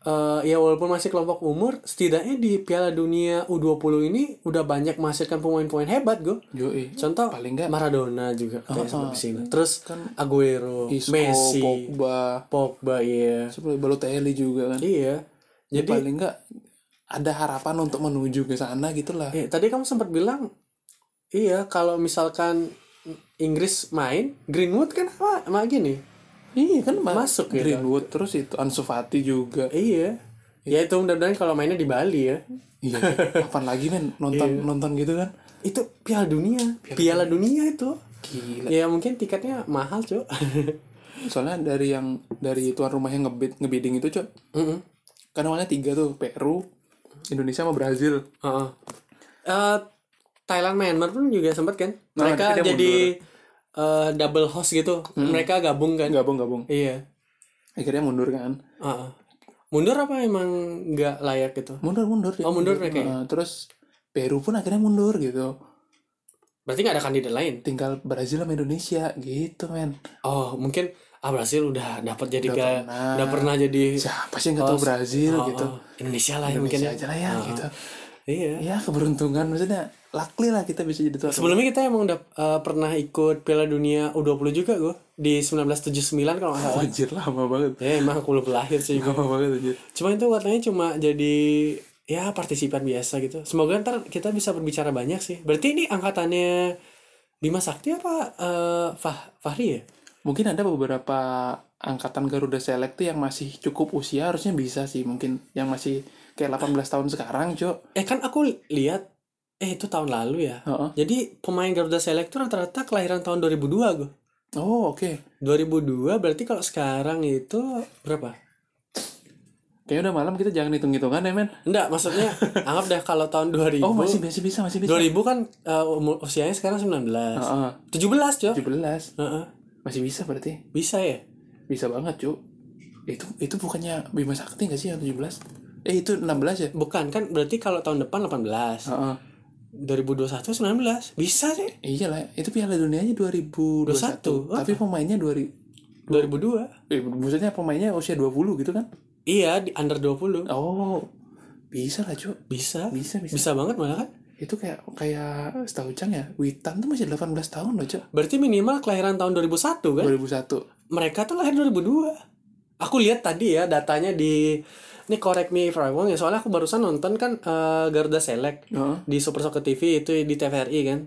D: Eh, ya walaupun masih kelompok umur, setidaknya di Piala Dunia U20 ini udah banyak menghasilkan pemain-pemain hebat, Go.
C: Yoi.
D: Contoh
C: Paling nggak-
D: Maradona juga kayak
C: Oh, oh.
D: di sini. Terus
C: Kan
D: Aguero,
C: Isco,
D: Messi,
C: Pogba,
D: Pogba, iya.
C: sebelum Balotelli juga kan.
D: Iya.
C: Jadi
D: Jadi
C: paling nggak ada harapan untuk menuju ke sana gitulah.
D: Eh, tadi kamu sempat bilang iya kalau misalkan Inggris main Greenwood kan apa emang gini
C: Iya kan
D: Masuk gitu.
C: Greenwood terus itu Ansu Fati juga.
D: iya ya itu mudah-mudahan kalau mainnya di Bali ya
C: Iya. Kapan lagi men nonton
D: Iya.
C: nonton gitu kan?
D: itu Piala Dunia Piala, Dunia itu
C: Gila.
D: ya mungkin tiketnya mahal cuy
C: Soalnya dari yang dari tuan rumah yang ngebid ngebiding itu cok.
D: Heeh.
C: Kan awalnya tiga tuh Peru, Indonesia sama Brazil.
D: Heeh. Eh, Thailand Myanmar pun juga sempat kan
C: Nah,
D: mereka
C: tapi dia
D: jadi eh, double host gitu mereka gabung kan
C: Gabung gabung.
D: iya
C: Akhirnya mundur kan?
D: Heeh. mundur apa emang nggak layak gitu
C: Mundur mundur. dia
D: Oh, mundur mereka ya?
C: Nah, terus Peru pun akhirnya mundur gitu.
D: berarti nggak ada kandidat lain
C: Tinggal Brazil sama Indonesia gitu men.
D: Oh, mungkin ah Brasil udah dapat jadi
C: Udah
D: piala,
C: pernah.
D: udah pernah jadi
C: Siapa sih yang nggak tahu
D: host.
C: Brazil
D: Oh,
C: gitu?
D: oh, Indonesia lah ya
C: Indonesia
D: mungkin
C: aja lah ya
D: Oh, oh.
C: gitu.
D: Iya.
C: ya keberuntungan maksudnya
D: Luckily lah kita bisa jadi tuan Sebelumnya kita emang udah eh, pernah ikut Piala Dunia U20 juga gue di 1979 kalau nggak salah.
C: Anjir lama banget.
D: Ya emang aku belum lahir sih.
C: Lama banget anjir.
D: Cuma itu katanya cuma jadi ya partisipan biasa gitu. Semoga ntar kita bisa berbicara banyak sih. Berarti ini angkatannya Bima Sakti apa eh, Fah Fahri ya?
C: Mungkin ada beberapa angkatan Garuda Select tuh yang masih cukup usia harusnya bisa sih mungkin yang masih kayak 18 tahun sekarang, Cok.
D: Eh kan aku lihat eh itu tahun lalu ya. Jadi pemain Garuda Select tuh rata-rata kelahiran tahun 2002 gue.
C: Oh, oke.
D: 2002 berarti kalau sekarang itu berapa?
C: Kayaknya udah malam kita jangan hitung-hitungan ya, men.
D: Enggak, maksudnya anggap deh kalau tahun 2000.
C: Oh, masih masih bisa, masih bisa.
D: 2000 kan eh, umur usianya sekarang 19.
C: Heeh.
D: 17, Cok.
C: 17.
D: Heeh.
C: Masih bisa berarti.
D: Bisa ya?
C: Bisa banget, Cuk. Itu itu bukannya Bima Sakti nggak sih yang 17? Eh, itu 16 ya?
D: Bukan kan berarti kalau tahun depan 18.
C: Heeh.
D: 2021 19. Bisa sih.
C: Iya lah, itu Piala Dunianya 2021.
D: 21.
C: Tapi pemainnya 2000
D: 2002.
C: Eh, maksudnya pemainnya usia 20 gitu kan?
D: Iya, di under 20.
C: Oh. Bisa lah, Cuk.
D: Bisa.
C: Bisa, bisa.
D: Bisa banget malah kan?
C: Itu kayak kayak setahu Cang ya, Witan tuh masih 18 tahun loh, Cuk.
D: Berarti minimal kelahiran tahun 2001 kan?
C: 2001.
D: Mereka tuh lahir 2002. Aku lihat tadi ya datanya di ini correct me if I'm wrong ya soalnya aku barusan nonton kan eh, Garuda Select
C: Heeh.
D: di Super Soccer TV itu di TVRI kan.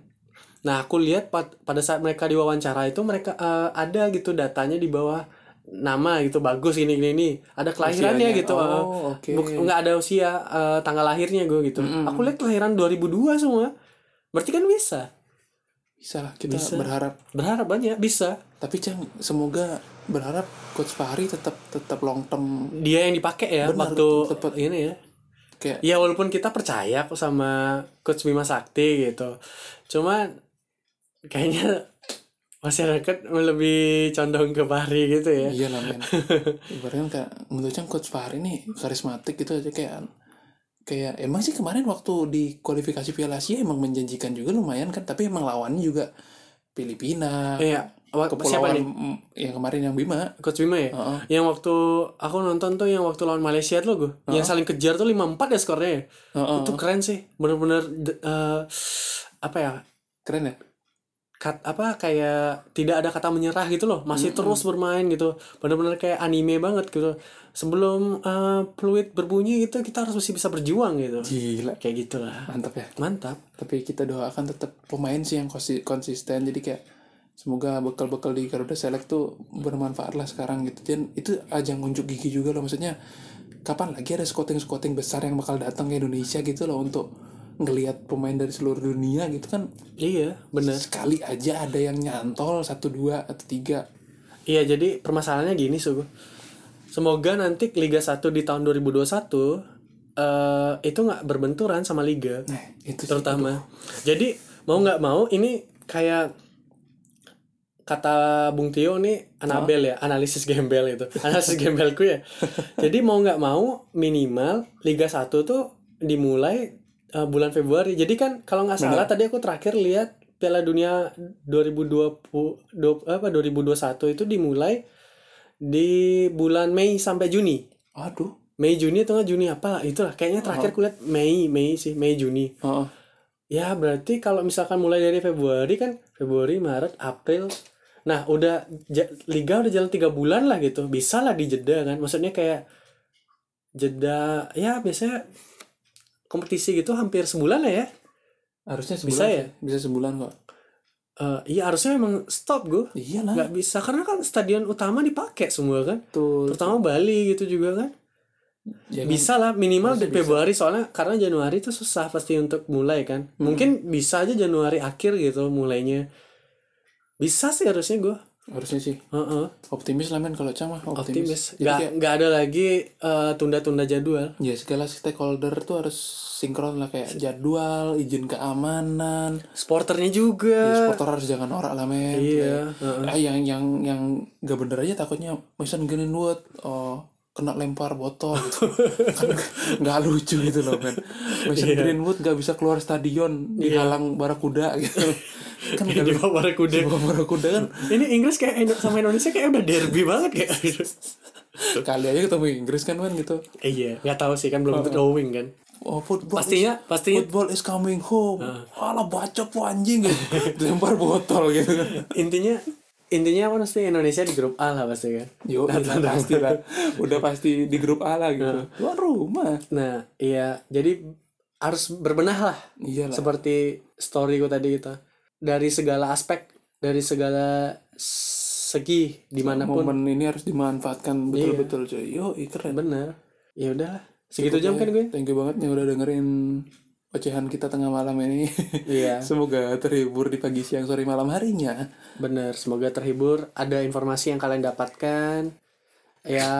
D: Nah, aku lihat pad- pada saat mereka diwawancara itu mereka eh, ada gitu datanya di bawah nama gitu bagus gini gini ini ada kelahirannya
C: Usianya.
D: gitu eh.
C: Oh, oke.
D: Buk- nggak ada usia eh, tanggal lahirnya gue gitu aku lihat kelahiran 2002 semua berarti kan bisa
C: Bisa lah, kita
D: Bisa.
C: berharap.
D: berharap banyak bisa
C: Tapi Cang, semoga berharap Coach Fahri tetap tetap long term
D: dia yang dipakai ya
C: Benar,
D: waktu
C: tetep.
D: ini ya
C: kayak
D: ya walaupun kita percaya kok sama coach Bima Sakti gitu cuman kayaknya masyarakat lebih condong ke Bari gitu ya
C: Iya lah men Ibaratnya kan kayak Menurut Cang Coach Fahri nih Karismatik gitu aja kayak Kayak emang sih kemarin waktu di kualifikasi Piala Asia Emang menjanjikan juga lumayan kan Tapi emang lawannya juga Filipina
D: iya wa- siapa
C: Kepulauan
D: nih
C: mm, yang kemarin yang Bima
D: coach Bima ya
C: Heeh.
D: yang waktu aku nonton tuh yang waktu lawan Malaysia tuh gue yang saling kejar tuh 5-4 ya skornya ya.
C: Heeh.
D: itu keren sih bener-bener de- eh, apa ya
C: Keren ya
D: kat, apa kayak tidak ada kata menyerah gitu loh masih terus bermain gitu benar-benar kayak anime banget gitu sebelum eh, peluit berbunyi gitu kita harus masih bisa berjuang gitu
C: Gila
D: kayak gitulah
C: Mantap ya
D: mantap
C: Tapi kita doakan tetap pemain sih yang konsi- konsisten Jadi kayak Semoga bekal-bekal di Garuda Select tuh bermanfaat lah sekarang gitu Dan itu ajang unjuk gigi juga loh Maksudnya kapan lagi ada scouting-scouting besar yang bakal datang ke Indonesia gitu loh Untuk ngelihat pemain dari seluruh dunia gitu kan
D: iya bener
C: Sekali aja ada yang nyantol Satu, dua, atau tiga
D: iya jadi permasalahannya gini sugu semoga nanti Liga 1 di tahun 2021 eh itu nggak berbenturan sama liga
C: Nah itu sih
D: terutama jadi mau nggak mau ini kayak kata Bung Tio nih Anabel ya analisis gembel itu analisis gembelku ya jadi mau nggak mau minimal Liga 1 tuh dimulai uh, bulan Februari jadi kan kalau nggak salah tadi aku terakhir lihat Piala Dunia 2020 20 apa 2021 itu dimulai di bulan Mei sampai Juni
C: Aduh
D: Mei Juni atau nggak Juni apa itulah kayaknya terakhir kulihat Mei Mei sih Mei Juni
C: Heeh.
D: Ya berarti kalau misalkan mulai dari Februari kan Februari, Maret, April Nah udah ja- Liga udah jalan tiga bulan lah gitu Bisa lah di jeda kan Maksudnya kayak Jeda Ya biasanya Kompetisi gitu hampir sebulan lah ya
C: Harusnya sebulan
D: Bisa ya?
C: sih. Bisa sebulan kok
D: Eh, Iya harusnya emang stop gue
C: Iya lah
D: nggak bisa Karena kan stadion utama dipakai semua kan
C: Betul
D: Terutama Bali gitu juga kan
C: Jangan-
D: Bisa lah minimal
C: Harusnya
D: di Februari soalnya karena Januari itu susah pasti untuk mulai kan.
C: Hmm.
D: Mungkin bisa aja Januari akhir gitu mulainya. Bisa sih harusnya gue.
C: Harusnya sih
D: Heeh.
C: Optimis lah men kalau Cang mah
D: Optimis.
C: Optimis, Jadi
D: Nggak
C: kayak-
D: nggak ada lagi eh, tunda-tunda jadwal.
C: Ya segala stakeholder tuh harus sinkron lah kayak jadwal, izin keamanan,
D: Sporternya juga.
C: supporter harus jangan norak lah men.
D: Eh. Iya,
C: Kayak, ah, yang yang yang gak bener aja takutnya Mason Greenwood oh, kena lempar botol gitu. kan nggak lucu gitu loh men. Mason
D: Iya.
C: Greenwood gak bisa keluar stadion dihalang barakuda gitu. kan nggak
D: Di
C: lucu.
D: bawah
C: Di
D: kuda.
C: bawah barakuda kan
D: Ini Inggris kayak Indo- sama Indonesia kayak udah derby banget kayak.
C: kali aja ketemu Inggris kan men gitu.
D: Eh, Iya, nggak tahu sih kan belum knowing kan.
C: oh, football
D: Pastinya-
C: is,
D: pastinya-
C: football is coming home
D: Ah.
C: alah bacot lu anjing lempar botol gitu
D: kan. intinya intinya kan pasti Indonesia di grup A lah pasti kan
C: Yo,
D: Nah,
C: iya,
D: tanda-
C: pasti lah. Udah pasti di grup A lah
D: Ah.
C: gitu. Tuan rumah.
D: Nah, iya, jadi harus berbenah Iya lah.
C: Iyalah.
D: Seperti storyku tadi itu. Dari segala aspek, dari segala segi dimanapun.
C: Momen ini harus dimanfaatkan betul-betul cuy. Yo, ih, keren.
D: Bener. Ya udahlah. Segitu jam kan gue.
C: Thank you banget yang udah dengerin ocehan kita tengah malam ini.
D: Iya.
C: Semoga terhibur di pagi, siang, sore, malam harinya.
D: Bener, semoga terhibur. Ada informasi yang kalian dapatkan. Ya,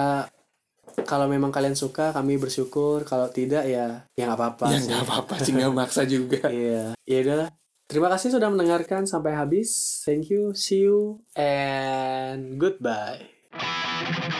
D: kalau memang kalian suka, kami bersyukur. Kalau tidak, ya, ya nggak apa-apa.
C: Ya
D: sih.
C: nggak apa-apa sih, nggak maksa juga.
D: Iya, ya udahlah. Terima kasih sudah mendengarkan sampai habis. Thank you, see you, and goodbye.